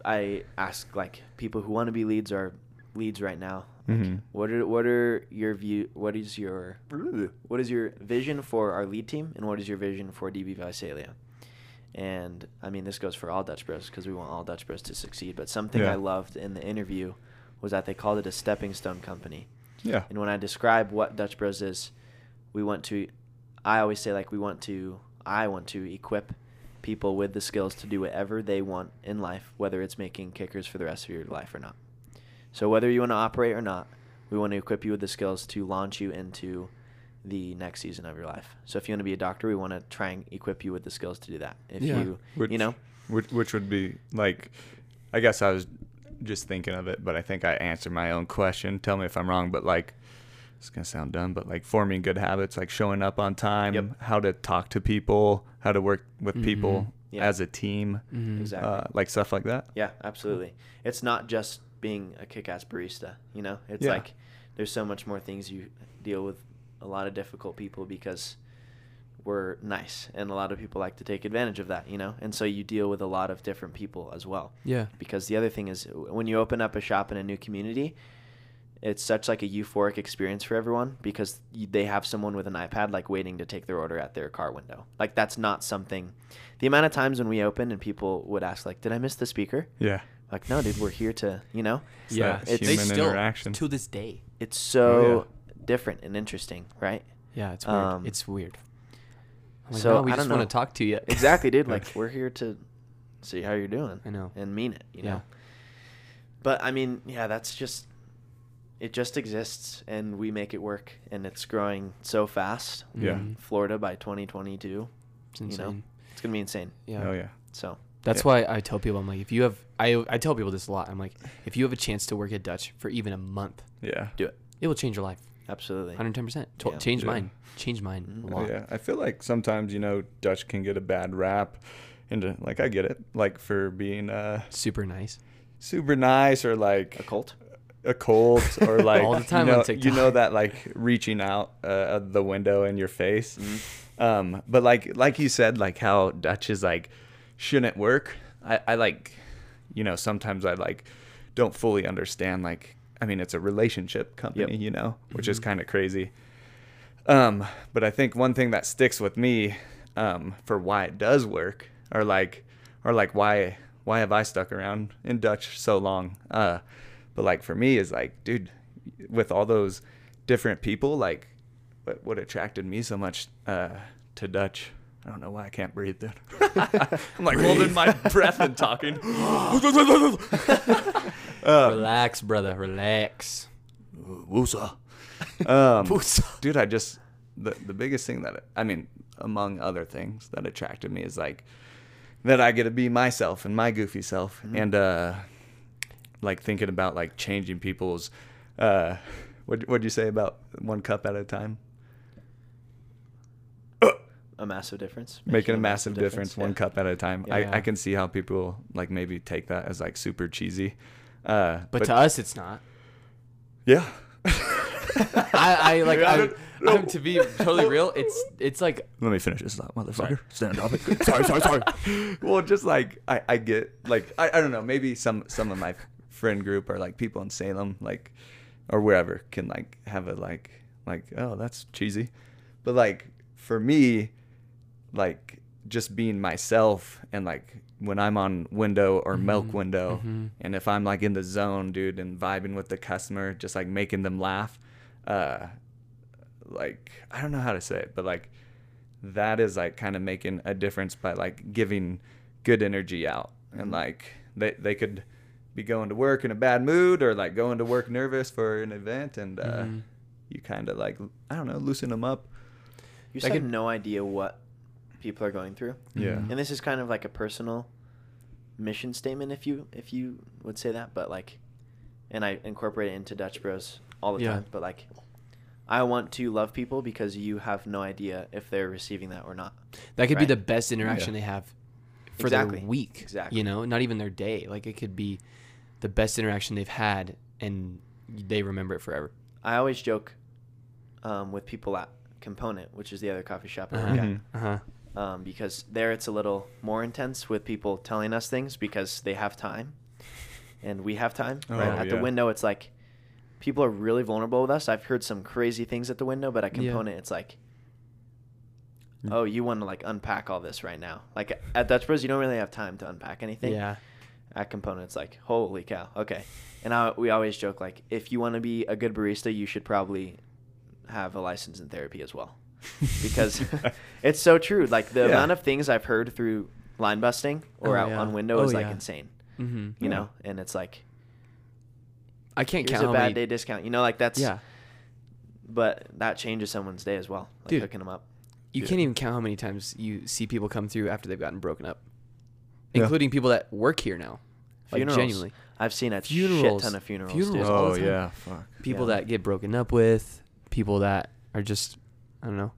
C: I ask like people who want to be leads are leads right now. Like,
B: Mhm.
C: What are what are your view? What is your what is your vision for our lead team, and what is your vision for DB Visalia? And I mean, this goes for all Dutch Bros because we want all Dutch Bros to succeed. But something
B: Yeah.
C: I loved in the interview was that they called it a stepping stone company.
B: Yeah.
C: And when I describe what Dutch Bros is, we want to, I always say like we want to, I want to equip people with the skills to do whatever they want in life, whether it's making kickers for the rest of your life or not. So whether you want to operate or not, we want to equip you with the skills to launch you into the next season of your life. So if you want to be a doctor, we want to try and equip you with the skills to do that. If
A: Yeah.
C: you,
B: Which-
C: you know,
B: Which, which would be like, I guess I was just thinking of it, but I think I answered my own question. Tell me if I'm wrong, but like, it's gonna sound dumb, but like forming good habits, like showing up on time,
C: Yep. Mm-hmm.
B: how to talk to people, how to work with people
C: Yeah. Mm-hmm.
B: as a team,
A: Mhm.
C: exactly.
B: uh, like stuff like that.
C: Yeah, absolutely. It's not just being a kick-ass barista, you know? It's
B: Yeah.
C: like there's so much more things you deal with a lot of difficult people because we're nice and a lot of people like to take advantage of that, you know? And so you deal with a lot of different people as well.
A: Yeah.
C: Because the other thing is when you open up a shop in a new community, it's such like a euphoric experience for everyone because y- they have someone with an iPad like waiting to take their order at their car window. Like that's not something. The amount of times when we open and people would ask like, "Did I miss the speaker?"
B: Yeah.
C: Like, no, dude, we're here to you know.
B: It's Yeah, that
A: it's
B: human Oh, interaction.
A: to this day.
C: It's so different and interesting, right?
A: Yeah, it's weird.
C: weird. Um,
A: it's
C: It's
A: weird.
C: so,
A: we
C: I
A: just
C: don't
A: want
C: know.
A: to talk to you.
C: Exactly, dude. Like we're here to see how you're doing.
A: I know.
C: And mean it, you
A: Yeah.
C: know. But I mean, yeah, that's just it just exists and we make it work and it's growing so fast.
B: Yeah.
A: Mhm.
C: Florida by 2022,
A: It's
C: you know.
A: insane.
C: it's going to be insane.
A: Yeah.
B: Oh yeah.
C: So,
A: That's
B: Yeah.
A: why I tell people I'm like, if you have, I I tell people this a lot. I'm like, if you have a chance to work at Dutch for even a month,
B: Yeah.
C: do it.
A: it will change your life.
C: Absolutely.
A: 110. percent
C: Yeah.
A: Change
B: Yeah.
A: mine. Change mine a
C: Mhm.
B: Oh,
A: lot.
B: yeah. I feel like sometimes you know Dutch can get a bad rap, and like I get it, like for being uh
A: Super nice.
B: super nice or like
C: A cult?
B: a cold or like
A: All the time
B: you
A: on
B: know,
A: TikTok.
B: you know that like reaching out uh, of the window in your face
A: Mm-hmm.
C: Mm-hmm.
B: um but like like you said like how dutch is like shouldn't work i i like you know sometimes i like don't fully understand like i mean it's a relationship company
C: Yep.
B: you know which
A: Mm-hmm.
B: is kind of crazy um but i think one thing that sticks with me um for why it does work or like or like why why have I stuck around in Dutch so long? Uh, but like for me is like, dude, with all those different people, like what, what attracted me so much uh, to Dutch? I don't know why I can't breathe, dude. I'm like holding my breath and talking.
C: Um,
A: relax, brother. Relax.
B: Woosa. Um,
A: Woosa.
B: Dude, I just the the biggest thing that I mean, among other things that attracted me is like that I get to be myself and my goofy self, and uh, like thinking about like changing people's. Uh, what what'd you say about one cup at a time?
C: A massive difference.
B: Making a massive difference, one
C: yeah.
B: cup at a time.
A: Yeah.
B: I, I can see how people like maybe take that as like super cheesy. Uh,
A: But, to us, it's not.
B: yeah,
A: I, I like.
B: Yeah, I
A: I'm,
B: don't
A: I'm to be totally real. It's it's like
B: let me finish this thought, motherfucker. Stand up.
A: sorry, sorry, sorry.
B: well just like i i get like I, I don't know maybe some some of my friend group or like people in salem like or wherever can like have a like like oh that's cheesy but like for me like just being myself and like when i'm on window or milk window and if i'm like in the zone dude and vibing with the customer just like making them laugh uh like i don't know how to say it but like that is like kind of making a difference by like giving good energy out and like they they could be going to work in a bad mood or like going to work nervous for an event and uh you kind of like i don't know loosen them up
C: You
A: I
C: just have
A: could-
C: no idea what people are going through.
B: yeah
C: and this is kind of like a personal mission statement if you if you would say that but like and i incorporate it into dutch bros all the
A: Yeah.
C: time but like i want to love people because you have no idea if they're receiving that or not
A: That could be
C: Right.
A: the best interaction they have for
C: Exactly.
A: their week.
C: Exactly.
A: You know, not even their day. Like it could be the best interaction they've had, and they remember it forever.
C: i always joke um, with people at component which is the other coffee shop I
A: Uh-huh.
C: work at,
B: Mhm.
A: Uh-huh.
C: um, because there it's a little more intense with people telling us things because they have time and we have time
B: Oh,
C: right at
B: yeah.
C: the window it's like people are really vulnerable with us i've heard some crazy things at the window but at
A: Yeah.
C: component it's like
B: Mm.
C: oh you want to like unpack all this right now like at dutch bros you don't really have time to unpack anything
A: Yeah.
C: at component it's like holy cow okay and I, we always joke like if you want to be a good barista you should probably have a license in therapy as well because it's so true. Like the
B: Yeah.
C: amount of things I've heard through line busting or
A: Oh,
C: out
A: yeah.
C: on window
A: Oh,
C: is like
A: yeah.
C: insane,
A: Mm-hmm.
C: you
B: Yeah.
C: know. And it's like
A: I can't
C: here's
A: count
C: a
A: how
C: bad
A: many-
C: day discount, you know, like that's
A: Yeah.
C: But that changes someone's day as well, like
A: Dude.
C: hooking them up.
A: You
B: Yeah.
A: can't even count how many times you see people come through after they've gotten broken up,
B: Yeah.
A: including people that work here now. Like
C: Funerals.
A: genuinely,
C: I've seen a
A: Funerals.
C: shit ton of funerals.
A: Funerals.
C: Dude.
A: all the time.
B: Oh, fuck
A: people
C: Yeah.
A: that get broken up with, people that are just, I don't know.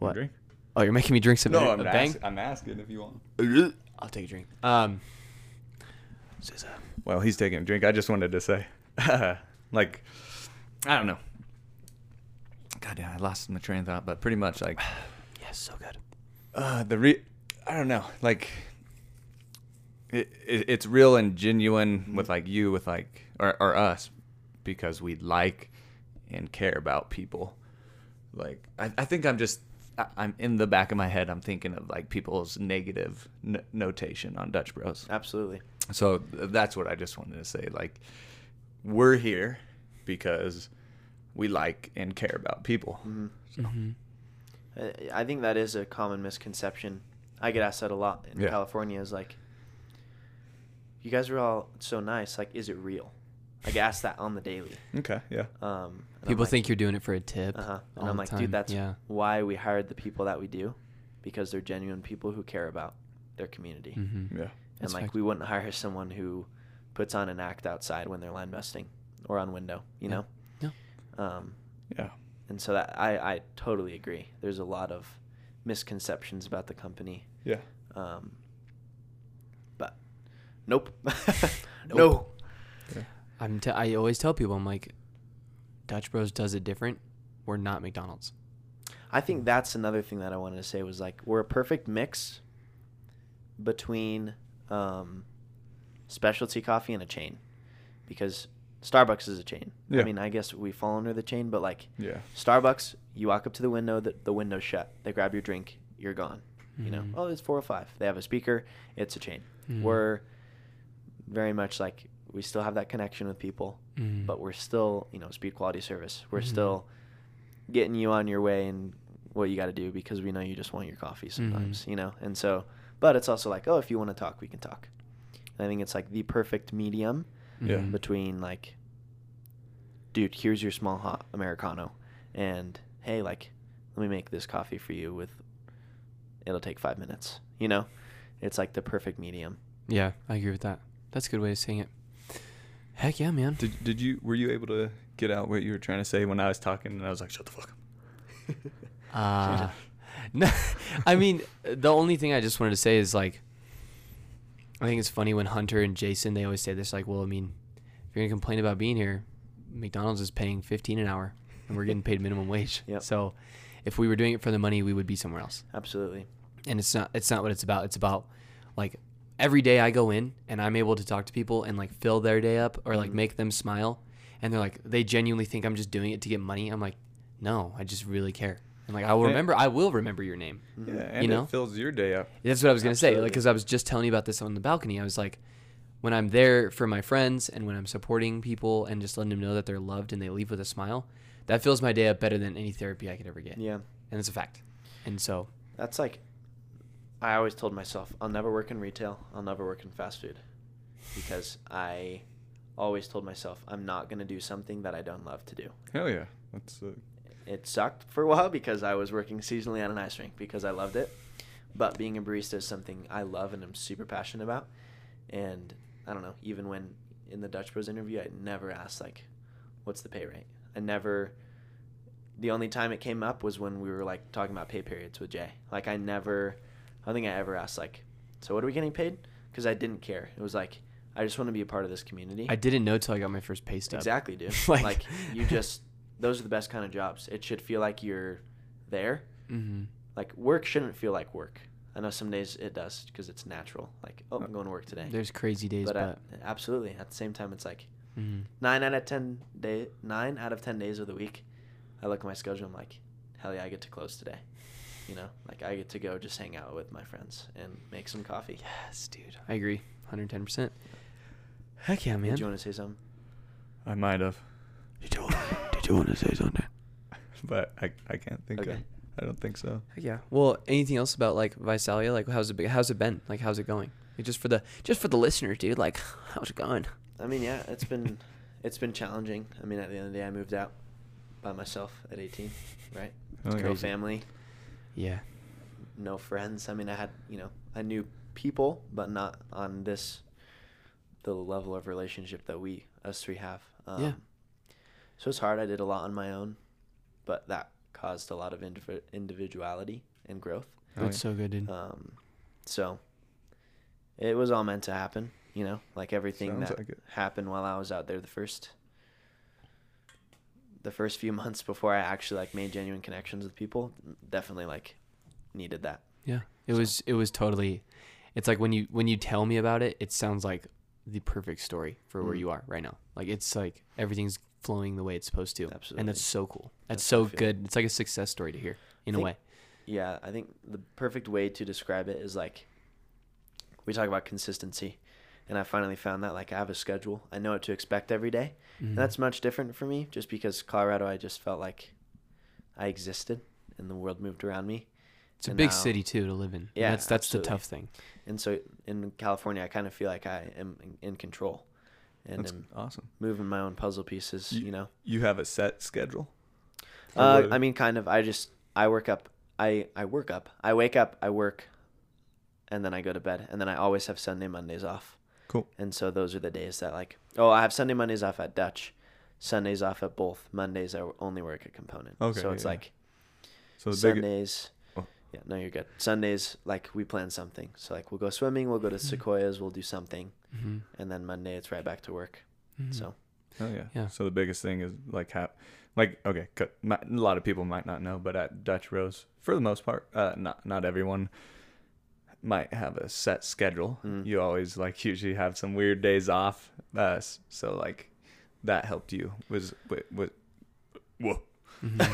A: What?
B: drink
A: Oh, you're making me drink some.
B: no
A: a
B: I'm,
A: bang.
B: ask- I'm asking if you want
A: I'll take a drink. Um.
B: well he's taking a drink i just wanted to say like i don't know god damn i lost my train of thought but pretty much like
A: Yes, so good.
B: uh the re i don't know like
A: Mm-hmm.
B: it, it, it's real and genuine with like you with like or, or us because we like and care about people. Like I, I think I'm just I, I'm in the back of my head. I'm thinking of like people's negative n- notation on Dutch Bros.
C: Absolutely.
B: So th- that's what I just wanted to say. Like, we're here because we like and care about people.
C: Mm-hmm. I- I think that is a common misconception. I get asked that a lot in
B: Yeah.
C: California is like, you guys are all so nice. Like, is it real? I get asked that on the daily.
B: Okay, yeah.
A: Uh,
C: Um, and I'm
A: People
C: like,
A: think you're doing it for a tip.
C: Uh-huh.
A: all
C: And I'm
A: the
C: like,
A: time.
C: dude, that's
A: yeah.
C: why we hired the people that we do, because they're genuine people who care about their community.
A: Mm-hmm.
B: Yeah.
C: And
A: That's
C: like,
A: fact.
C: we wouldn't hire someone who puts on an act outside when they're line busting or on window, you
A: Yeah. Yeah.
C: know. Um,
B: Yeah.
C: and so that I I totally agree. There's a lot of misconceptions about the company.
B: Yeah.
C: Um, but nope, no.
A: Nope. I'm t- I always tell people, I'm like, Dutch Bros does it different. We're not McDonald's.
C: I think that's another thing that I wanted to say was like we're a perfect mix between um, specialty coffee and a chain, because Starbucks is a chain. I
B: Yeah.
C: mean, I guess we fall under the chain, but like
B: Yeah.
C: Starbucks, you walk up to the window, the, the window's shut. They grab your drink, you're gone. You know,
A: Mhm.
C: oh, it's 405. They have a speaker, it's a chain.
A: Mhm.
C: We're very much like we still have that connection with people,
A: Mhm.
C: but we're still, you know, speed quality service. We're
A: Mhm.
C: still getting you on your way and what you got to do because we know you just want your coffee sometimes, you know? And so, but it's also like, oh, if you want to talk, we can talk. And I think it's like the perfect medium
B: Yeah.
A: Mhm.
C: between like, dude, here's your small hot Americano, and hey, like, let me make this coffee for you with. It'll take five minutes. You know, it's like the perfect medium.
A: Yeah, I agree with that. That's a good way of saying it. Heck yeah, man.
B: Did did you were you able to get out what you were trying to say when I was talking and I was like, shut the fuck up.
A: Uh, no, I mean, the only thing I just wanted to say is like, I think it's funny when Hunter and Jason they always say this like, well, I mean, if you're gonna complain about being here, McDonald's is paying 15 an hour, and we're getting paid minimum wage.
C: Yep.
A: So, if we were doing it for the money, we would be somewhere else.
C: Absolutely.
A: and it's not it's not what it's about it's about like every day i go in and i'm able to talk to people and like fill their day up or
C: Mm-hmm.
A: like make them smile and they're like they genuinely think i'm just doing it to get money i'm like no i just really care and like i will
B: Yeah.
A: remember i will remember your name
B: Yeah, and
A: know?
B: it fills your day up.
A: that's what i was gonna say like
C: Absolutely.
A: because i was just telling you about this on the balcony i was like when i'm there for my friends and when i'm supporting people and just letting them know that they're loved and they leave with a smile that fills my day up better than any therapy i could ever get
C: Yeah.
A: and it's a fact and so
C: That's like, I always told myself, I'll never work in retail. I'll never work in fast food, because I always told myself I'm not gonna do something that I don't love to do.
B: Hell yeah. That's uh,
C: it sucked for a while because I was working seasonally at an ice rink because I loved it. But being a barista is something I love and I'm super passionate about. And I don't know, even when in the Dutch Bros interview, I never asked like, "What's the pay rate?" I never. The only time it came up was when we were like talking about pay periods with Jay. Like I never, I don't think I ever asked like, "So what are we getting paid?" Because I didn't care. It was like I just want to be a part of this community.
A: i didn't know till i got my first pay stub
C: Exactly, dude.
A: Like-
C: like, you just those are the best kind of jobs. It should feel like you're there.
A: hmm
C: Like work shouldn't feel like work. I know some days it does because it's natural. Like, oh, I'm going to work today.
A: Uh, There's crazy days,
C: but
A: but,
C: uh absolutely, at the same time, it's like
A: mhm.
C: nine out of ten day nine out of ten days of the week. I look at my schedule. I'm like, hell yeah, I get to close today. You know, like I get to go just hang out with my friends and make some coffee.
A: yes, dude, I agree, 110. percent Heck yeah, man.
C: Did you want to say something?
B: I might have.
A: Did you wanna- did you want to say something?
B: But I I can't think of
C: Okay.
B: I don't think so.
A: Heck yeah. Well, anything else about like Visalia? Like, how's it? be- How's it been? Like, how's it going? Like, just for the just for the listener, dude. Like, how's it going?
C: I mean, yeah, it's been it's been challenging. I mean, at the end of the day, I moved out by myself at 18, right?
B: Oh, yeah.
C: no family,
A: Yeah.
C: no friends. I mean, I had you know, I knew people, but not on this the level of relationship that we us three have. Um,
A: Yeah.
C: So it's hard. I did a lot on my own, but that caused a lot of indiv- individuality and growth.
B: Oh, yeah.
A: That's so good, dude.
C: Um, so it was all meant to happen, you know, like everything
B: Sounds
C: that
B: like it.
C: happened while I was out there the first the first few months before I actually like made genuine connections with people, definitely like needed that.
A: yeah. It was it was totally. It's like when you when you tell me about it, it sounds like the perfect story for where
C: Mm.
A: you are right now. Like, it's like everything's flowing the way it's supposed to.
C: Absolutely.
A: And that's so cool. That's,
C: That's
A: so
C: how I feel.
A: good. It's like a success story to hear in a
C: Think-
A: way.
C: Yeah, I think the perfect way to describe it is like we talk about consistency. And I finally found that like I have a schedule. I know what to expect every day.
B: Mm-hmm.
C: And that's much different for me just because Colorado I just felt like I existed and the world moved around me.
A: It's a
C: and
A: big
C: now-
A: city too to live in.
C: Yeah,
A: Yeah, that's that's
C: absolutely.
A: the tough thing.
C: And so in California I kind of feel like I am in- in control and
B: That's
C: am
B: awesome.
C: moving my own puzzle pieces,
B: You-
C: you know.
B: You have a set schedule. Or
C: Uh,
B: what-
C: I mean, kind of. I just I work up. I I work up. I wake up. I work, and then I go to bed. And then I always have Sunday Mondays off.
B: Cool.
C: And so those are the days that like oh I have Sunday Mondays off at Dutch, Sundays off at both. Mondays I only work a component.
B: Okay,
C: So it's
B: yeah.
C: like
B: So the big
C: Sundays.
B: Oh.
C: Yeah, no, you're good. Sundays like we plan something. So like we'll go swimming. We'll go to sequoias. We'll do something.
A: Mhm.
C: And then Monday it's right back to work.
A: Mhm.
C: So
B: Oh yeah.
A: Yeah.
B: So the biggest thing is like how, like okay, c- mi- a lot of people might not know, but at Dutch Rose, for the most part, uh, not not everyone might have a set schedule.
C: Mm.
B: You always like usually have some weird days off. Uh, s- so like that helped you was was, was whoa.
A: Mm-hmm.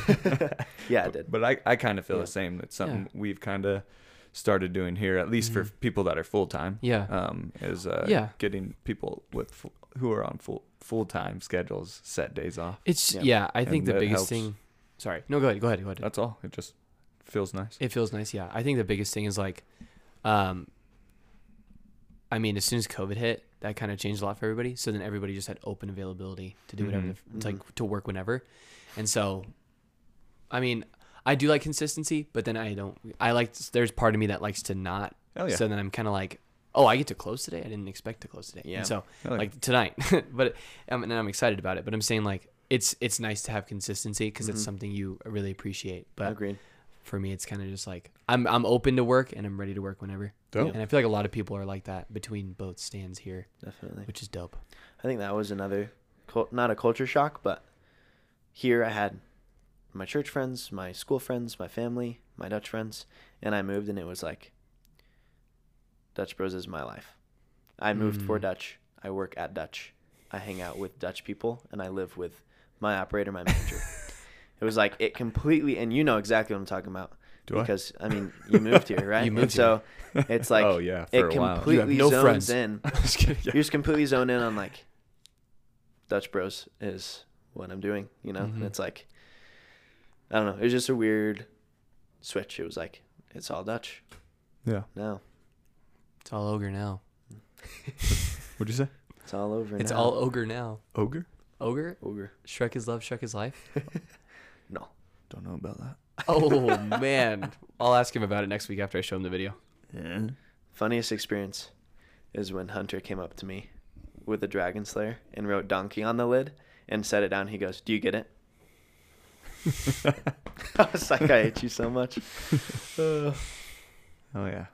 C: yeah, I
B: But-
C: did.
B: But I, I kind of feel
C: Yeah.
B: the same. It's something we've kind of started doing here, at least for people that are full time.
A: Yeah.
B: Um, is uh,
A: Yeah.
B: getting people with full, who are on full full time schedules set days off.
A: It's
C: Yeah.
A: yeah, I think
B: And
A: the
B: that
A: biggest
B: helps.
A: thing Sorry. No, go ahead. Go ahead. Go ahead.
B: That's all. It just feels nice.
A: It feels nice, yeah. I think the biggest thing is like, um, I mean, as soon as COVID hit, that kind of changed a lot for everybody. So then everybody just had open availability to do whatever, the
B: Mhm.
A: f it's like to work whenever, and so, I mean, I do like consistency, but then I don't. I like there's part of me that likes to not.
B: Oh, yeah.
A: So then I'm kind of like, oh, I get to close today. I didn't expect to close today.
C: Yeah.
A: And so
B: Oh, yeah.
A: like tonight, but um, and I'm excited about it. But I'm saying like it's it's nice to have consistency because
B: Mm-hmm.
A: it's something you really appreciate. But
C: Agreed.
A: for me it's kind of just like I'm I'm open to work and I'm ready to work whenever.
B: Dope.
A: And I feel like a lot of people are like that between both stands here,
C: Definitely.
A: which is dope.
C: I think that was another, cul- not a culture shock, but here I had my church friends, my school friends, my family, my Dutch friends, and I moved, and it was like Dutch Bros is my life. I moved for
A: Mm.
C: Dutch. I work at Dutch. I hang out with Dutch people, and I live with my operator, my manager. it was like it completely, and you know exactly what I'm talking about.
B: Do I?
C: because I? mean, you moved here, right?
A: You
C: And
A: moved
C: so it's like
B: oh yeah, for
C: it
B: a while.
A: You have
C: completely
A: no
C: zones
A: friends.
C: in
A: Just kidding.
C: you're just completely zoned in on like Dutch Bros is what I'm doing, you know? And
A: Mhm.
C: it's like I don't know, it was just a weird switch. It was like it's all Dutch
B: yeah.
C: now.
A: It's all ogre now.
B: What'd you say?
C: It's all over
A: It's
C: now.
A: all ogre now.
B: Ogre?
A: Ogre?
C: over.
A: Shrek is love, Shrek is life.
C: No.
B: Don't know about that.
A: Oh man. I'll ask him about it next week after I show him the video.
B: Yeah.
C: Funniest experience is when Hunter came up to me with a dragon slayer and wrote donkey on the lid and set it down. He goes, Do you get it? I was like, I hate you so much.
B: Oh yeah,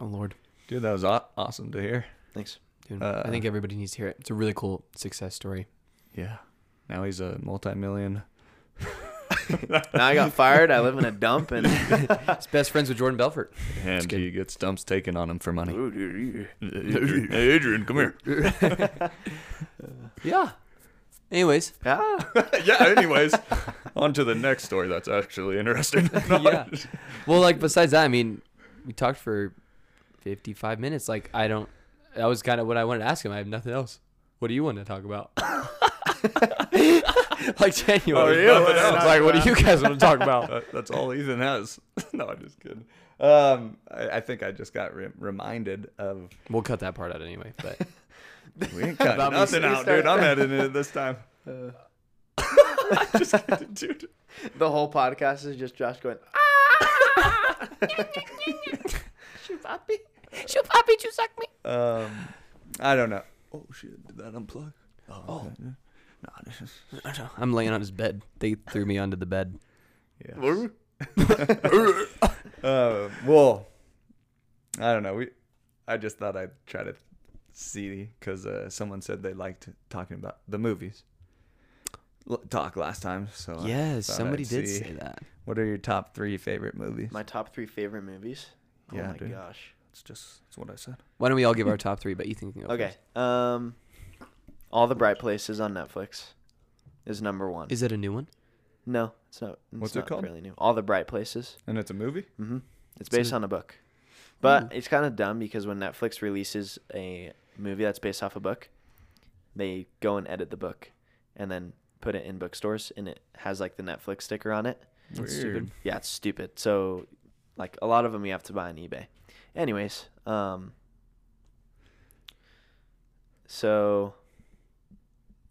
A: Oh lord.
B: dude, that was aw- awesome to hear.
C: Thanks.
A: Dude,
B: Uh,
A: I think everybody needs to hear it. It's a really cool success story.
B: Yeah. Now he's a multi-million.
C: Now I got fired. I live in a dump and
A: It's best friends with Jordan Belfort.
B: And
A: good.
B: he gets dumps taken on him for money. Adrian, hey, Adrian, come here.
A: Yeah. Anyways,
C: ah.
B: yeah, anyways, on to the next story that's actually interesting.
A: yeah. Well, like besides that, I mean, we talked for fifty-five minutes. Like, I don't. That was kind of what I wanted to ask him. I have nothing else. What do you want to talk about? like January.
B: Oh, yeah, what else?
A: like, what do you guys want to talk about?
B: That- that's all Ethan has. no, I'm just kidding. Um, I, I think I just got re- reminded of
A: We'll cut that part out anyway. But
B: we ain't cutting
A: About me
B: nothing
A: s-
B: out, dude. I'm editing it this time. just, dude.
C: The whole podcast is just Josh going, ah,
A: shoot, puppy, you suck me.
B: Um, I don't know. Oh shit! Did that unplug? Oh, okay. no, this is
A: I'm laying on his bed. They threw me onto the bed.
B: Yeah. uh, well, I don't know. We, I just thought I'd try to see because uh, someone said they liked talking about the movies. L- talk last time, so Oh, I
A: Yes,
B: thought
A: somebody
B: I'd
A: did
B: see.
A: say that.
B: What are your top three favorite movies?
C: my top three favorite movies.
B: Yeah,
C: oh my
B: dude.
C: gosh.
B: It's just that's what I said.
A: Why don't we all give our top three? But Ethan can go
C: Okay.
A: first.
C: Um, All the Bright Places on Netflix. is number one.
A: Is it a new one?
C: no, it's not. It's
B: What's it
C: not
B: called?
C: Really new. All the bright places.
B: And it's a movie.
C: Mm-hmm. It's
A: So-
C: based on a Hmm. book, but it's kind of dumb because when Netflix releases a movie that's based off a book, they go and edit the book, and then put it in bookstores, and it has like the Netflix sticker on it.
A: That's
B: Weird.
A: stupid.
C: Yeah, it's stupid. So, like a lot of them, you have to buy on eBay. Anyways, um, so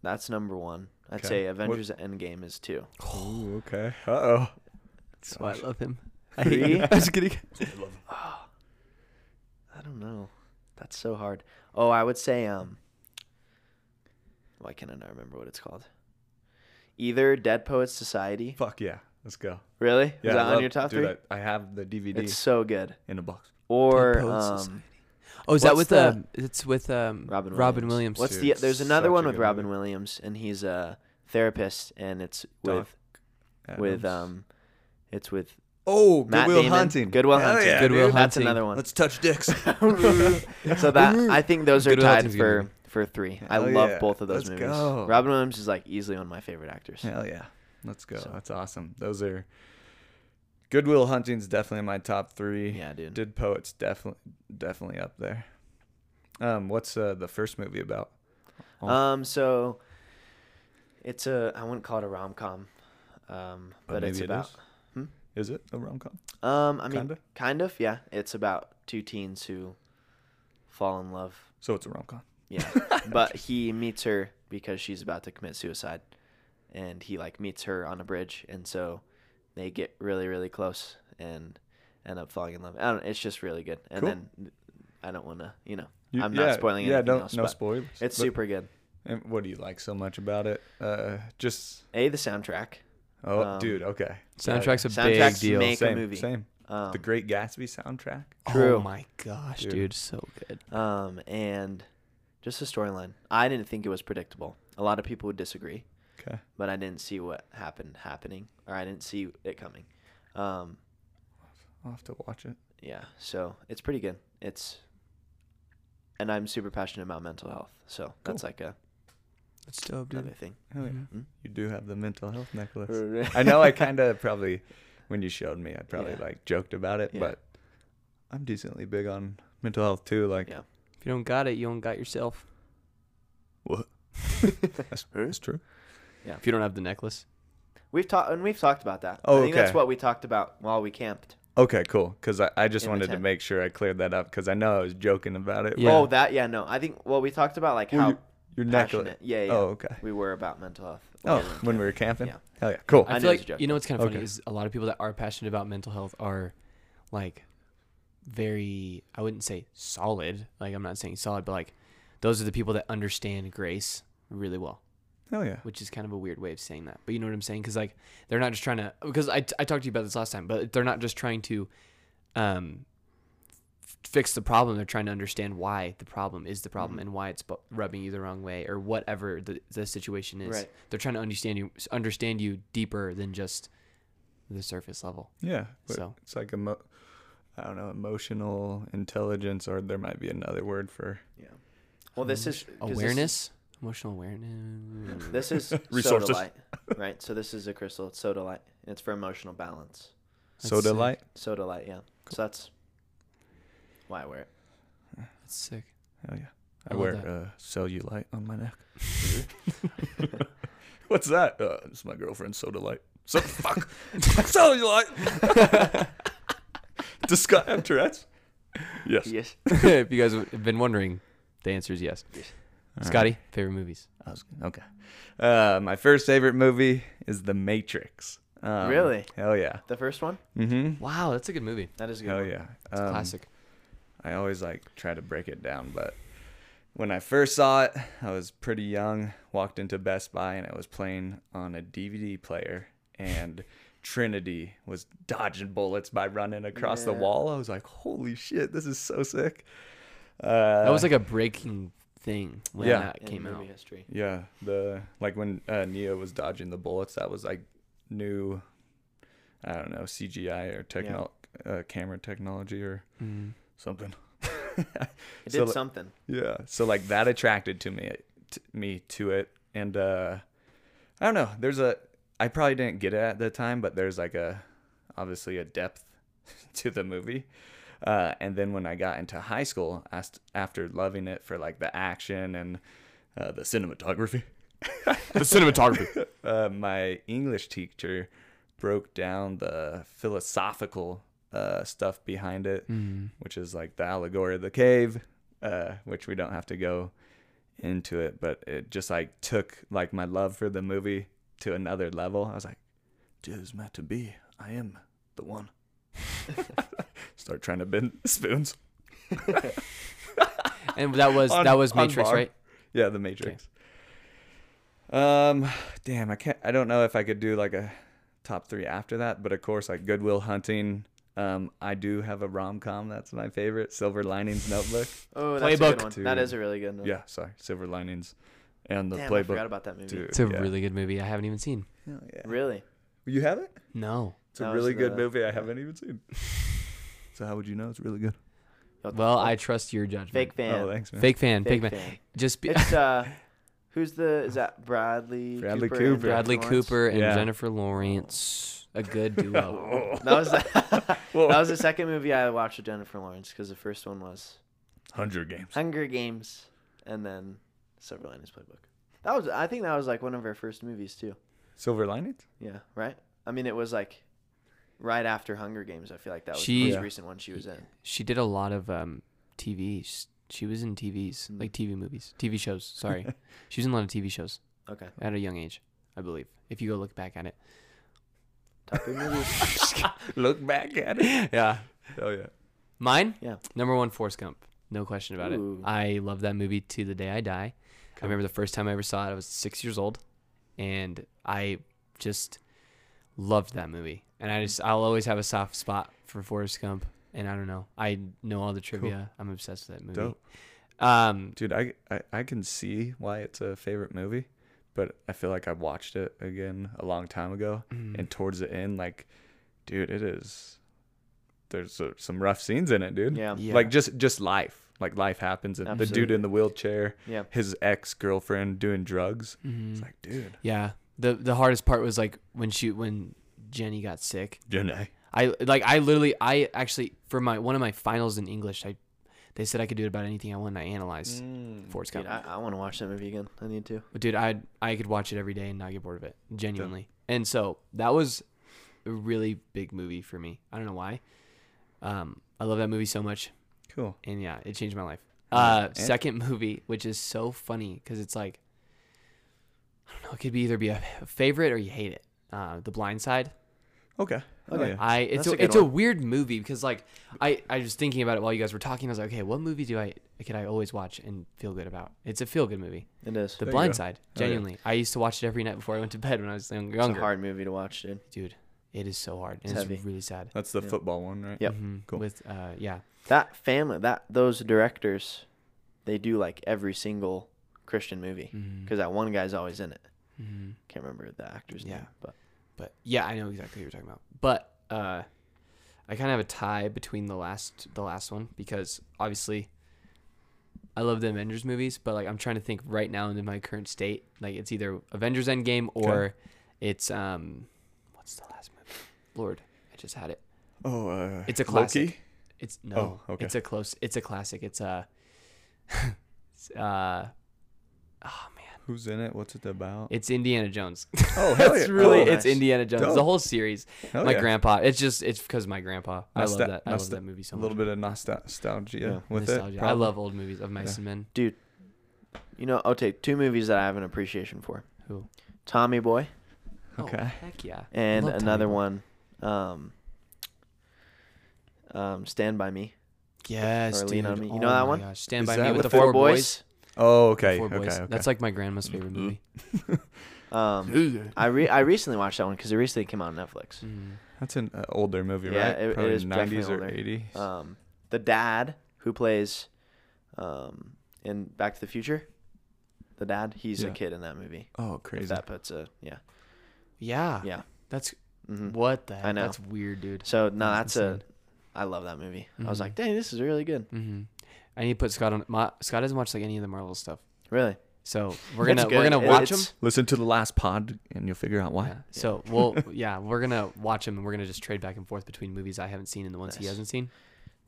C: that's number one. I'd
B: Okay.
C: say
B: What-
C: Avengers Endgame is two.
B: Ooh, okay. Uh oh.
A: That's why I love him. I
C: hate
A: hate
C: you.
A: you. I was kidding.
C: I don't know. That's so hard. Oh, I would say um. Why can I not remember what it's called? Either Dead Poets Society.
B: Fuck yeah. Let's go.
C: Really?
B: Yeah,
C: is
B: I
C: that on
B: love-
C: your top
B: dude,
C: three?
B: I, I have the DVD
C: It's so good.
B: in a box.
C: Or
A: Poets
C: um,
A: Society. Oh, is that with
C: what's
A: the? It's with um
C: Robin Williams.
A: Robin Williams.
C: What's
B: Dude,
C: the? There's another
B: such
C: one
B: a
C: with
B: good
C: Robin
B: movie.
C: Williams, and he's a therapist, and it's with
B: Adams.
C: with um, it's with
B: oh
C: Matt
B: Goodwill
C: Damon.
B: Hunting.
C: Goodwill
B: Hell
C: Hunting.
B: yeah,
A: Goodwill
B: dude.
A: Hunting.
C: That's another one.
B: Let's touch dicks.
C: so that I think those are
A: Goodwill
C: tied
A: Hunting's a good
C: for
A: movie.
C: for three. I
B: Hell
C: love
B: yeah.
C: both of
B: Let's
C: those movies.
B: go.
C: Robin Williams is like easily one of my favorite actors.
B: Hell yeah. Let's go.
C: So-
B: That's awesome. Those are Goodwill Hunting's definitely in my top three.
C: Yeah, dude.
B: Did Poets definitely definitely up there. Um, what's uh, the first movie about? Oh.
C: Um, so it's a I wouldn't call it a rom com, um, but it's
B: maybe it
C: about
B: is.
C: Hmm?
B: Is it a rom com?
C: um, I mean,
B: Kinda?
C: kind of, yeah. It's about two teens who fall in love
B: So it's a rom com.
C: Yeah. but he meets her because she's about to commit suicide. And he like meets her on a bridge and so they get really, really close and end up falling in love. I don't it's just really good. And
B: Cool.
C: then I don't wanna you know, I'm not spoiling
B: Yeah,
C: anything
B: don't
C: else,
B: no
C: but
B: spoilers.
C: it's
B: But-
C: super good.
B: And what do you like so much about it? Uh, just
C: A the soundtrack.
B: oh,
C: Um,
B: dude, okay.
A: Soundtrack's a
C: Soundtracks
A: big deal.
C: make- a
B: same,
C: movie.
B: Same.
C: Um,
B: the Great Gatsby soundtrack.
C: True.
A: Oh my gosh,
B: Dude.
A: dude, so good.
C: um and just the storyline. I didn't think it was predictable. A lot of people would disagree.
B: Okay.
C: but I didn't see what happened happening, or I didn't see it coming. Um,
B: I'll have to watch it.
C: yeah, so it's pretty good. It's, and I'm super passionate about mental health, so that's like a
A: That's dope,
C: another thing.
B: Hell yeah.
A: Mm-hmm.
C: Mhm.
B: You do have the mental health necklace. I know I kind of probably, when you showed me, I probably
C: Yeah.
B: like joked about it,
C: Yeah.
B: but I'm decently big on mental health too. Like,
C: Yeah.
A: If you don't got it, you don't got yourself.
B: what? that's, that's true.
A: If you don't have the necklace,
C: We've talked and we've talked about that.
B: Oh,
C: I think that's
B: okay.
C: what we talked about while we camped.
B: Okay, cool. Because I, I just
C: In the
B: wanted to
C: tent.
B: make sure I cleared that up because I know I was joking about it.
A: Yeah.
C: Oh, that yeah, no, I think well we talked about like
B: Well,
C: how
B: you- Your necklace.
C: passionate, yeah, yeah,
B: Oh, okay.
C: we were about mental health.
B: Oh,
C: Yeah.
B: when
A: uh,
B: we were camping?
C: Yeah.
B: Hell yeah. Cool.
A: I, feel
C: I know it's a
A: like
C: joke.
A: you know what's kind of funny
B: Okay.
A: is a lot of people that are passionate about mental health are like very I wouldn't say solid. Like I'm not saying solid, but like those are the people that understand grace really well,
B: Hell yeah.
A: which is kind of a weird way of saying that. But you know what I'm saying? Because like they're not just trying to. Because I I talked to you about this last time, but they're not just trying to um f- fix the problem. They're trying to understand why the problem is the problem
C: Mm-hmm.
A: and why it's bu- rubbing you the wrong way or whatever the the situation is
C: Right.
A: they're trying to understand you understand you deeper than just the surface level.
B: Yeah. but
A: So.
B: It's like, emo- I don't know, emotional intelligence, or there might be another word for
C: Yeah. Well, this is 'cause this-
A: Awareness, emotional awareness.
C: This is soda
B: Resources.
C: light, right? So this is a crystal. It's soda light, and it's for emotional balance.
B: soda
A: sick.
B: light.
C: Soda light, yeah. So that's why I wear it.
A: That's sick.
B: Hell yeah. I,
A: I love
B: wear
A: that.
B: uh, cellulite on my neck. What's that? Uh, it's my girlfriend's soda light. So fuck. cellulite. Discuss have Tourette's? Yes.
C: Yes.
A: if you guys have been wondering, the answer is yes.
B: All
A: Scotty, favorite movies.
B: I was, okay. Uh, my first favorite movie is The Matrix. Um,
C: Really?
B: Hell yeah.
C: The first one?
B: Mm-hmm.
A: Wow, that's a good movie.
C: That is a good.
B: Hell
C: one.
B: yeah.
A: It's
B: Um,
A: classic.
B: I always like try to break it down, but when I first saw it, I was pretty young. Walked into Best Buy and it was playing on a DVD player, and Trinity was dodging bullets by running across the
C: Yeah.
B: wall. I was like, "Holy shit, this is so sick!" Uh,
A: that was like a breaking thing when
B: yeah.
A: that
C: In
A: came
C: movie
A: out.
C: history.
B: yeah, the like when uh, Neo was dodging the bullets, that was like new. I don't know CGI or techno uh, camera technology or
A: Mm.
B: something.
C: It
B: So
C: did
B: li-
C: something.
B: Yeah. So like that attracted to me t- me to it, and uh, I don't know. There's a I probably didn't get it at the time, but there's like a obviously a depth to the movie. Uh, and then when I got into high school, asked after loving it for like the action and uh, the cinematography,
D: The cinematography.
B: uh, my English teacher broke down the philosophical uh, stuff behind it,
A: Mm-hmm.
B: which is like the allegory of the cave, uh, which we don't have to go into it, but it just like took like my love for the movie to another level. I was like, "Dude, it's meant to be. I am the one." Start trying to bend spoons.
A: And that was
B: On-
A: that was
B: on
A: Matrix,
B: bar.
A: right?
B: Yeah, The Matrix. Um, damn, I can't. I don't know if I could do like a top three after that, but of course, like Goodwill Hunting. Um, I do have a rom com that's my favorite, Silver Linings Notebook.
C: Oh, that's a
A: Playbook
C: good one. That
B: to-
C: is a really good one.
B: yeah, sorry, Silver Linings, and the
C: Damn, I forgot
B: Playbook.
C: about that movie.
B: Dude,
A: It's a
B: yeah.
A: really good movie. I haven't even seen.
B: Hell yeah.
C: Really?
B: You have it?
A: No.
B: It's a
C: That was uh,
B: really good
C: the-
B: movie. I haven't even seen. so how would you know it's really good?
C: What the
A: Well,
C: fuck?
A: I trust your judgment.
C: fake fan.
B: Oh, thanks, man.
A: Fake fan. Fake,
C: Fake
A: fan.
C: fan.
A: Just be,
C: It's uh, who's the? Is that Bradley?
B: Bradley
C: Cooper. and
B: Cooper.
A: Bradley
C: Jennifer Lawrence?
A: Cooper and
B: Yeah.
A: Jennifer Lawrence. A good duo.
C: That was the, that was the second movie I watched with Jennifer Lawrence because the first one was
B: Hundred Games.
C: Hunger Games, and then Silver Linings Playbook. That was I think that was like one of her first movies too.
B: Silver Linings.
C: Yeah, right. I mean, it was like right after Hunger Games. I feel like that was
A: She-
C: the most
B: Yeah.
C: recent one she was in.
A: she did a lot of um, TV. She's- She was in TVs,
C: Mm.
A: like TV movies, TV shows. Sorry, she was in a lot of TV shows
C: Okay,
A: at a young age, I believe. If you go look back at it,
C: top three movies.
B: Look back at it.
A: yeah.
B: Oh yeah.
A: Mine,
C: Yeah.
A: number one, Forrest Gump. No question about
C: Ooh.
A: it. I love that movie to the day I die. I remember the first time I ever saw it. I was six years old, and I just loved that movie. And I just, I'll always have a soft spot for Forrest Gump. And I don't know, I know all the trivia. I'm obsessed with that movie.
B: Dope.
A: Um,
B: dude I, I i can see why it's a favorite movie but i feel like i watched it again a long time ago
A: Mm.
B: and towards the end like dude it is there's uh, some rough scenes in it dude
C: Yeah.
A: Yeah.
B: like just just life like life happens and the dude
C: Absolutely.
B: in the wheelchair
C: Yeah.
B: his ex-girlfriend doing drugs it's like dude
A: yeah. The the hardest part was like when she when Jenny got sick.
B: Janae.
A: I like I literally I actually for my one of my finals in English I they said I could do it about anything I wanted and I analyzed Forrest
C: Dude,
A: Gump.
C: I, I want to watch that movie again. I need to.
A: But dude, I I could watch it every day and not get bored of it, genuinely. And so that was a really big movie for me. I don't know why. Um, I love that movie so much,
B: cool
A: and yeah, it changed my life. Uh,
B: And-
A: second movie, which is so funny because it's like I don't know, it could be either be a favorite or you hate it. Uh, the Blind Side.
B: okay Oh,
C: Okay.
B: yeah.
A: I it's
C: That's a
A: a,
C: good
A: it's a
C: one.
A: weird movie because like I I was thinking about it while you guys were talking. I was like, okay, what movie do I could I always watch and feel good about? It's a feel good movie.
C: It is.
A: The
B: There you
A: Blind
B: go.
A: Side,
B: Oh, yeah.
A: genuinely. I used to watch it every night before I went to bed when I was young-
C: It's a
A: younger.
C: hard movie to watch, dude.
A: Dude, it is so hard. And
C: It's
A: it's
C: heavy.
A: really sad.
B: that's the football one right
C: Yep.
A: Mhm.
B: Cool.
A: With uh, yeah,
C: That family, that those directors, they do like every single Christian movie
A: Mm-hmm.
C: because that one guy's always in it. Can't remember the actor's
A: Yeah.
C: name, but
A: but yeah, I know exactly what you're talking about. But uh, I kind of have a tie between the last the last one because obviously I love the Avengers movies, but like I'm trying to think right now in my current state, like it's either Avengers Endgame or it's um what's the last movie? Lord, I just had it.
B: oh uh
A: It's a classic.
B: Loki?
A: It's no.
B: Oh, okay.
A: It's a close. It's a classic. It's a. it's, uh, oh man,
B: who's in it what's it about
A: it's Indiana Jones.
B: oh hell
A: it's
B: yeah.
A: really
B: Oh,
A: it's
C: nice.
A: Indiana Jones. The
B: Dope.
A: whole series.
B: Hell
A: my
B: Oh, yeah.
A: grandpa. It's just it's because my grandpa. I love
B: Nostal-
A: that. I love
B: nostal-
A: that movie so
B: a
A: much.
B: little bit of nostal- nostalgia
C: Yeah.
B: with
A: Nostalgia.
B: it
A: I
B: probably.
A: love old movies of Mice and Men.
C: dude, you know, I'll take two movies that I have an appreciation for:
A: Who?
C: Tommy Boy
B: Okay.
A: Oh, heck yeah.
C: and
A: Love Tommy
C: another
A: Boy.
C: one, um, um, Stand by Me.
A: Yes,
C: or
A: dude.
C: Lean on Me. You
A: Oh
C: know that
A: my
C: one?
A: Gosh. Stand
B: Is
A: by
B: that
A: Me
B: with
A: with the
B: the
A: four boys.
B: oh okay
A: Four
B: okay,
A: boys.
B: okay
A: That's like my grandma's favorite movie.
C: Um, I re- I recently watched that one because it recently came out on Netflix.
B: That's an uh, older movie,
C: Yeah,
B: right?
C: it- it
B: Probably
C: is definitely
B: 90s or
C: older.
A: Mm.
B: 80s.
C: Um, the dad who plays, um, in Back to the Future, the dad, he's a
B: Yeah.
C: kid in that movie.
B: oh,
C: If
B: crazy.
C: that puts a yeah
A: Yeah.
C: yeah.
A: That's
C: Mhm.
A: Ah. what the heck?
C: know.
A: That's weird, dude.
C: So no,
A: That's
C: that's a. I love that movie. I was like, dang, this is really good.
A: Mm-hmm. I need to put Scott on. My, Scott doesn't watch like any of the Marvel stuff.
C: Really,
A: So we're
C: It's
A: gonna we're
C: good.
A: gonna
C: It-
A: watch them.
C: it's-
B: Listen to the last pod and you'll figure out why.
A: Yeah. So we'll yeah we're gonna watch them and we're gonna just trade back and forth between movies I haven't seen and the ones he
C: Nice.
A: hasn't seen.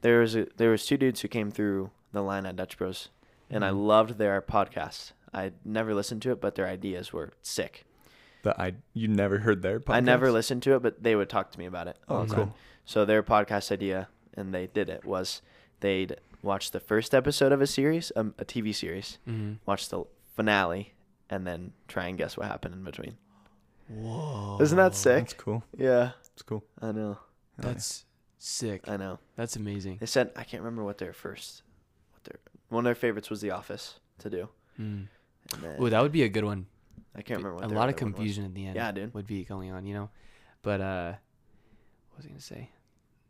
C: There was a, there was two dudes who came through the line at Dutch Bros, and I
A: Mm-hmm.
C: loved their podcast. I never listened to it, but their ideas were sick.
B: That I you never heard their podcast.
C: I never listened to it, but they would talk to me about it. all
B: Oh,
C: the
B: cool.
C: time. So their podcast idea, and they did it, was they'd watch the first episode of a series, um, a TV series,
A: Mm-hmm.
C: watch the finale, and then try and guess what happened in between. Whoa! Isn't
A: Oh,
C: that sick?
B: That's cool.
C: Yeah,
B: It's cool.
C: I know.
A: That's sick.
C: I know.
A: That's amazing.
C: They said I can't remember what their first, what their one of their favorites was The Office to do.
A: Mm.
C: And then,
A: Oh, that would be a good one.
C: I can't remember what
A: a
C: their
A: lot of
C: other one was.
A: confusion at the end.
C: Yeah, dude.
A: Would be going on, you know. But uh, what was I gonna say?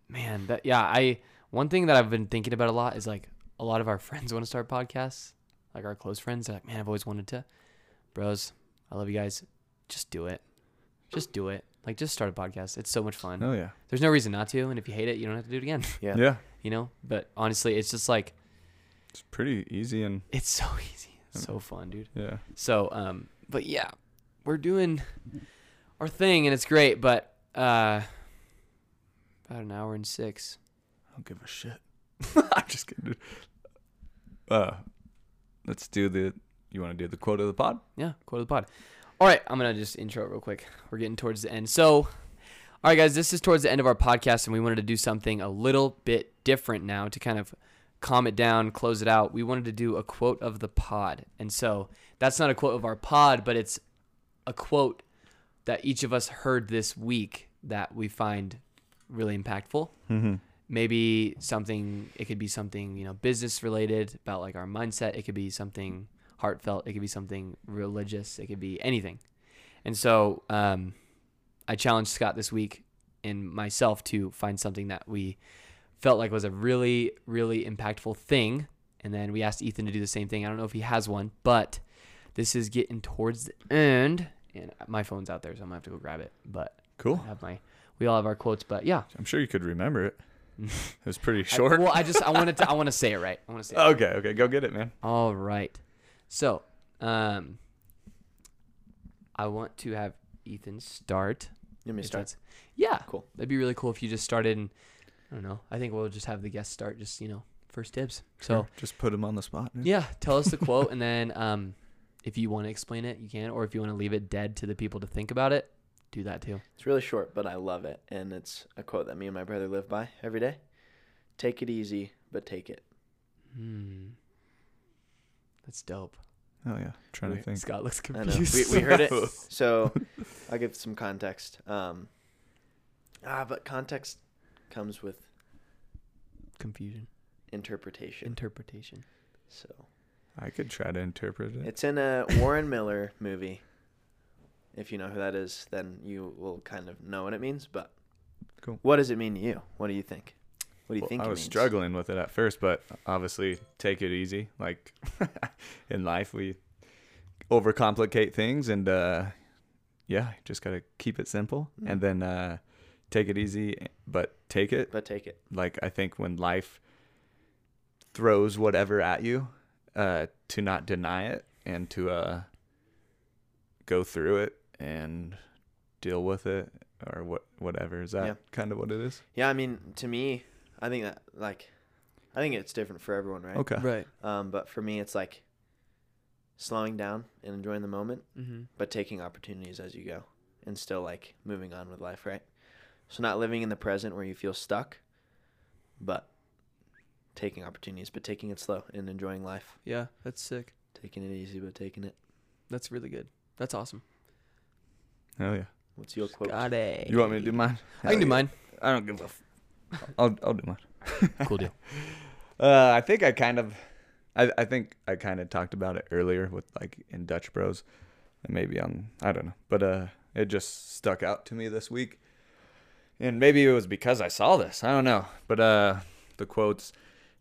A: Man, that yeah. I one thing that I've been thinking about a lot is like a lot of our friends want to start podcasts, like our close friends. They're like, man, I've always wanted to. Bros, I love you guys. Just do it. Just do it. Like, just start a podcast. It's so much fun.
B: Oh yeah.
A: There's no reason not to. And if you hate it, you don't have to do it again.
C: Yeah.
B: Yeah.
A: you know. But honestly, it's just like
B: It's pretty easy and
A: it's so easy. It's so fun, dude.
B: yeah.
A: So, um, but yeah, we're doing our thing and it's great, but uh, about an hour and six.
B: I don't give a shit. I'm just kidding. dude. Uh let's do the you wanna do the quote of the pod?
A: Yeah, quote of the pod. All right, I'm gonna just intro it real quick. We're getting towards the end. So, all right, guys, this is towards the end of our podcast, and we wanted to do something a little bit different now to kind of calm it down, close it out. We wanted to do a quote of the pod, and so that's not a quote of our pod, but it's a quote that each of us heard this week that we find really impactful.
B: Mm-hmm.
A: Maybe something, it could be something, you know, business related about like our mindset. It could be something heartfelt. It could be something religious. It could be anything. And so um, I challenged Scott this week and myself to find something that we felt like was a really, really impactful thing. And then we asked Ethan to do the same thing. I don't know if he has one, but this is getting towards the end. And my phone's out there, so I'm gonna have to go grab it. But
B: Cool.
A: I have my, we all have our quotes, but yeah.
B: I'm sure you could remember it. it was pretty
A: I-
B: short.
A: well, I just I wanted to I want to say it right. I want to say it.
C: Uh.
B: okay, okay, go get it, man.
A: All right. So, um, I want to have Ethan start.
C: Let me
A: if
C: start.
A: that's- Yeah.
C: Cool.
A: That'd be really cool if you just started. And I don't know. I think we'll just have the guest start. Just you know, first dibs. So
B: Sure, just put him on the spot. dude.
A: yeah, tell us the quote, and then um, if you want to explain it, you can, or if you want to leave it dead to the people to think about it, do that too.
C: It's really short, but I love it, and it's a quote that me and my brother live by every day. Take it easy, but take it.
A: Hmm. That's dope.
B: Oh yeah. Trying to think.
A: Scott looks
C: I
A: confused.
C: know. We, we heard it. So I'll give some context. Um, ah, but context comes with
A: Confusion.
C: interpretation.
A: Interpretation.
C: So
B: I could try to interpret it.
C: it's in a Warren Miller movie. If you know who that is, then you will kind of know what it means. But
B: Cool.
C: what does it mean to you? What do you think? What do you
B: Well,
C: think?
B: I
C: it
B: was
C: means?
B: struggling with it at first, but obviously, take it easy. Like in life, we overcomplicate things, and uh, yeah, just gotta keep it simple,
C: Mm.
B: and then uh, take it easy, but take it.
C: but take it.
B: Like I think when life throws whatever at you, uh, to not deny it and to uh, go through it and deal with it, or what whatever is that
C: Yeah.
B: kind of what it is?
C: Yeah, I mean, to me, I think that like, I think it's different for everyone, right?
B: Okay.
A: Right.
C: Um, but for me, it's like slowing down and enjoying the moment,
A: Mm-hmm.
C: but taking opportunities as you go, and still like moving on with life, right? So not living in the present where you feel stuck, but taking opportunities, but taking it slow and enjoying life,
A: Yeah, that's sick.
C: taking it easy, but taking it.
A: That's really good. That's awesome.
B: Oh yeah.
C: What's your quote?
A: it.
B: You want me to do mine?
A: I can do mine.
B: I don't give a. F- I'll I'll do mine.
A: Cool deal.
B: Uh, I think I kind of, I I think I kind of talked about it earlier with like in Dutch Bros, and maybe on I don't know, but uh, it just stuck out to me this week, and maybe it was because I saw this. I don't know, but uh, the quotes.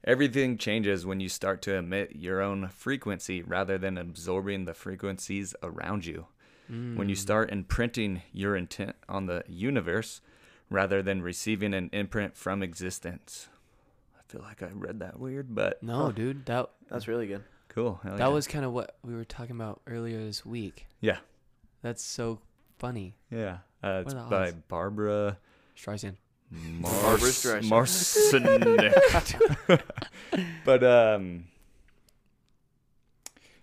B: Everything changes when you start to emit your own frequency rather than absorbing the frequencies around you. When
A: Hmm. Mm.
B: you start imprinting your intent on the universe rather than receiving an imprint from existence. I feel like I read that weird, but
A: No, dude, that
C: That's really good.
B: Cool. Hell
A: That
B: yeah.
A: was kind of what we were talking about earlier this week.
B: Yeah.
A: That's so funny.
B: Yeah. Uh, it's
A: What are the
B: by
A: odds?
B: Barbara
A: Streisand.
C: Barbra
B: Mars
C: Streisand.
B: Marsinek. but um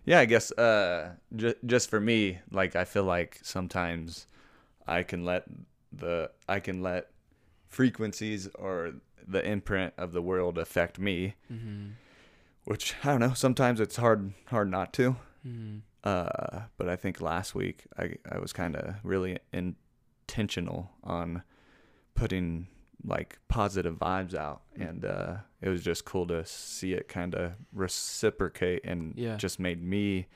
B: yeah, I guess uh ju- just for me, like I feel like sometimes I can let the I can let frequencies or the imprint of the world affect me,
A: Mm-hmm.
B: which I don't know, sometimes it's hard hard not to.
A: Mm-hmm.
B: Uh, but I think last week I, I was kind of really intentional on putting like positive vibes out,
C: Mm.
B: and uh, it was just cool to see it kind of reciprocate, and
A: Yeah.
B: just made me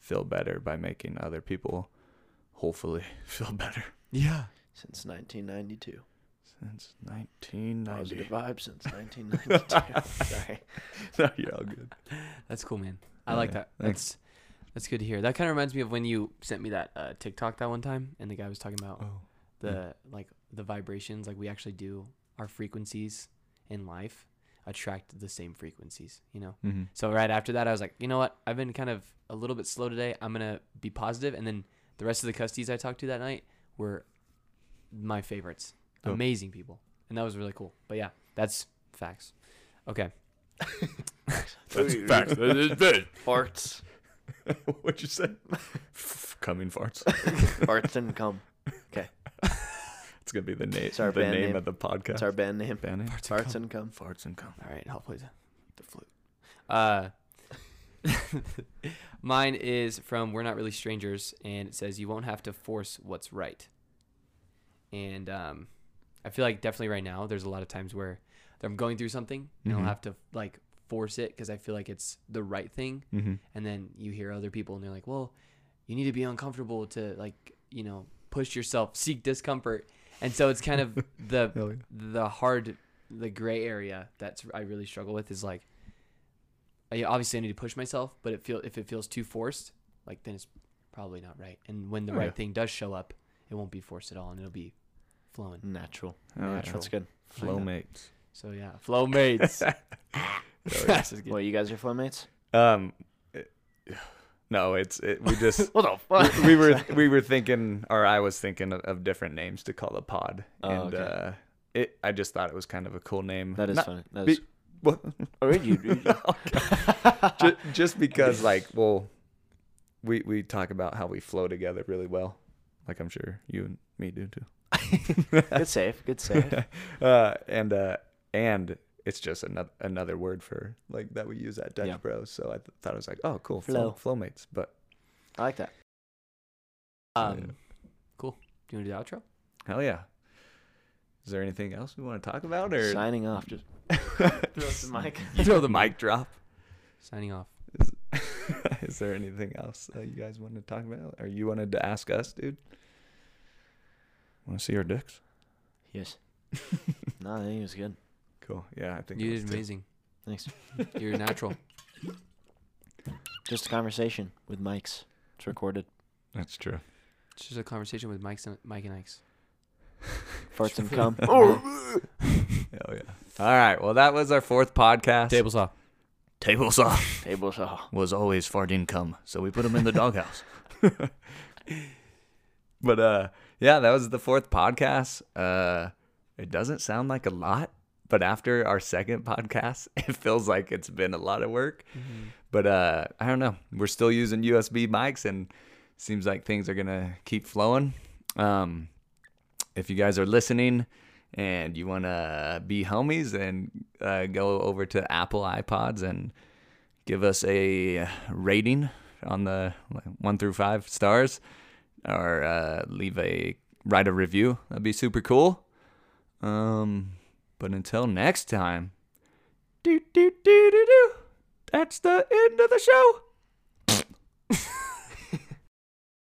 B: feel better by making other people hopefully feel better.
A: Yeah.
C: Since 1992.
B: Since 1990,
C: Positive vibe since 1992. Sorry.
B: no, you're all good.
A: That's cool, man. I
B: Yeah,
A: like that.
B: thanks.
A: That's that's good to hear. That kind of reminds me of when you sent me that uh, TikTok that one time, and the guy was talking about
B: Oh,
A: the like the vibrations. Like we actually do our frequencies in life attract the same frequencies. You know.
B: mm-hmm.
A: So right after that, I was like, you know what? I've been kind of a little bit slow today. I'm gonna be positive, and then the rest of the custies I talked to that night were my favorites.
B: Dope.
A: Amazing people, and that was really cool. But yeah, that's facts. Okay.
D: That's facts. That is big.
C: Farts.
B: What'd you say? Coming farts.
C: Farts didn't come.
B: It's gonna be the name.
C: It's our
B: the
C: band
B: name,
C: name.
B: of the podcast.
C: It's our band name.
B: band name.
A: Farts and
C: Farts didn't come.
B: Farts and cum.
A: All right, I'll play the, the flute. Uh, mine is from We're Not Really Strangers, and it says, You won't have to force what's right. And um, I feel like definitely right now, there's a lot of times where I'm going through something and
B: Mhm.
A: I'll have to like force it because I feel like it's the right thing.
B: Mm-hmm.
A: And then you hear other people and they're like, Well, you need to be uncomfortable to like, you know, push yourself, seek discomfort. And so it's kind of the
B: Hell yeah.
A: the hard the gray area that's I really struggle with is like I obviously I need to push myself, but it feel if it feels too forced, like then it's probably not right. And when the
B: Oh,
A: right
B: yeah.
A: thing does show up, it won't be forced at all and it'll be flowing.
C: Natural.
B: Oh, yeah.
C: Natural. That's good.
B: Flow mates.
A: So yeah, flow mates.
C: Well, you guys are flow mates?
B: Um, it- no, it's it, we just
C: What the fuck?
B: we were we were thinking, or I was thinking of, of different names to call the pod,
C: Oh,
B: and
C: okay.
B: uh, it I just thought it was kind of a cool name.
C: That is
B: Not-
C: funny. That
B: be-
C: is. All right, you, you-
B: ju- just because, like, well, we we talk about how we flow together really well, like I'm sure you and me do too.
C: good save. Good save.
B: uh, and uh, and it's just another another word for like that we use at Dutch
C: Yeah.
B: Bros. So I th- thought it was like, oh, cool,
C: Flow.
B: flow, flow mates. But
C: I like that.
A: um, cool. Do you want to do the outro?
B: hell yeah. Is there anything else we want to talk about, or
C: Signing off. Just throw the mic.
A: Throw the
B: mic drop?
A: Signing off.
B: Is, is there anything else that you guys wanted to talk about, or you wanted to ask us, dude? Want to see our dicks?
C: Yes. No, I think it was good.
B: Cool. Yeah, I think
A: You
B: it was
A: did
B: too.
A: amazing.
C: Thanks.
A: You're natural.
C: Just a conversation with mics. It's recorded.
B: That's true.
A: It's just a conversation with Mike's and Mike and Ike's.
C: Farts and cum.
B: Hell yeah. All right. Well, that was our fourth podcast.
A: Tables off.
B: Table saw.
C: Table saw.
B: was always fart income, so we put him in the doghouse. but uh yeah, that was the fourth podcast. Uh it doesn't sound like a lot, but after our second podcast, it feels like it's been a lot of work. But uh I don't know. We're still using USB mics and seems like things are going to keep flowing. Um if you guys are listening and you want to be homies and uh, go over to Apple iPods and give us a rating on the like, one through five stars or uh, leave a write a review that'd be super cool um but until next time do do do do do that's the end of the show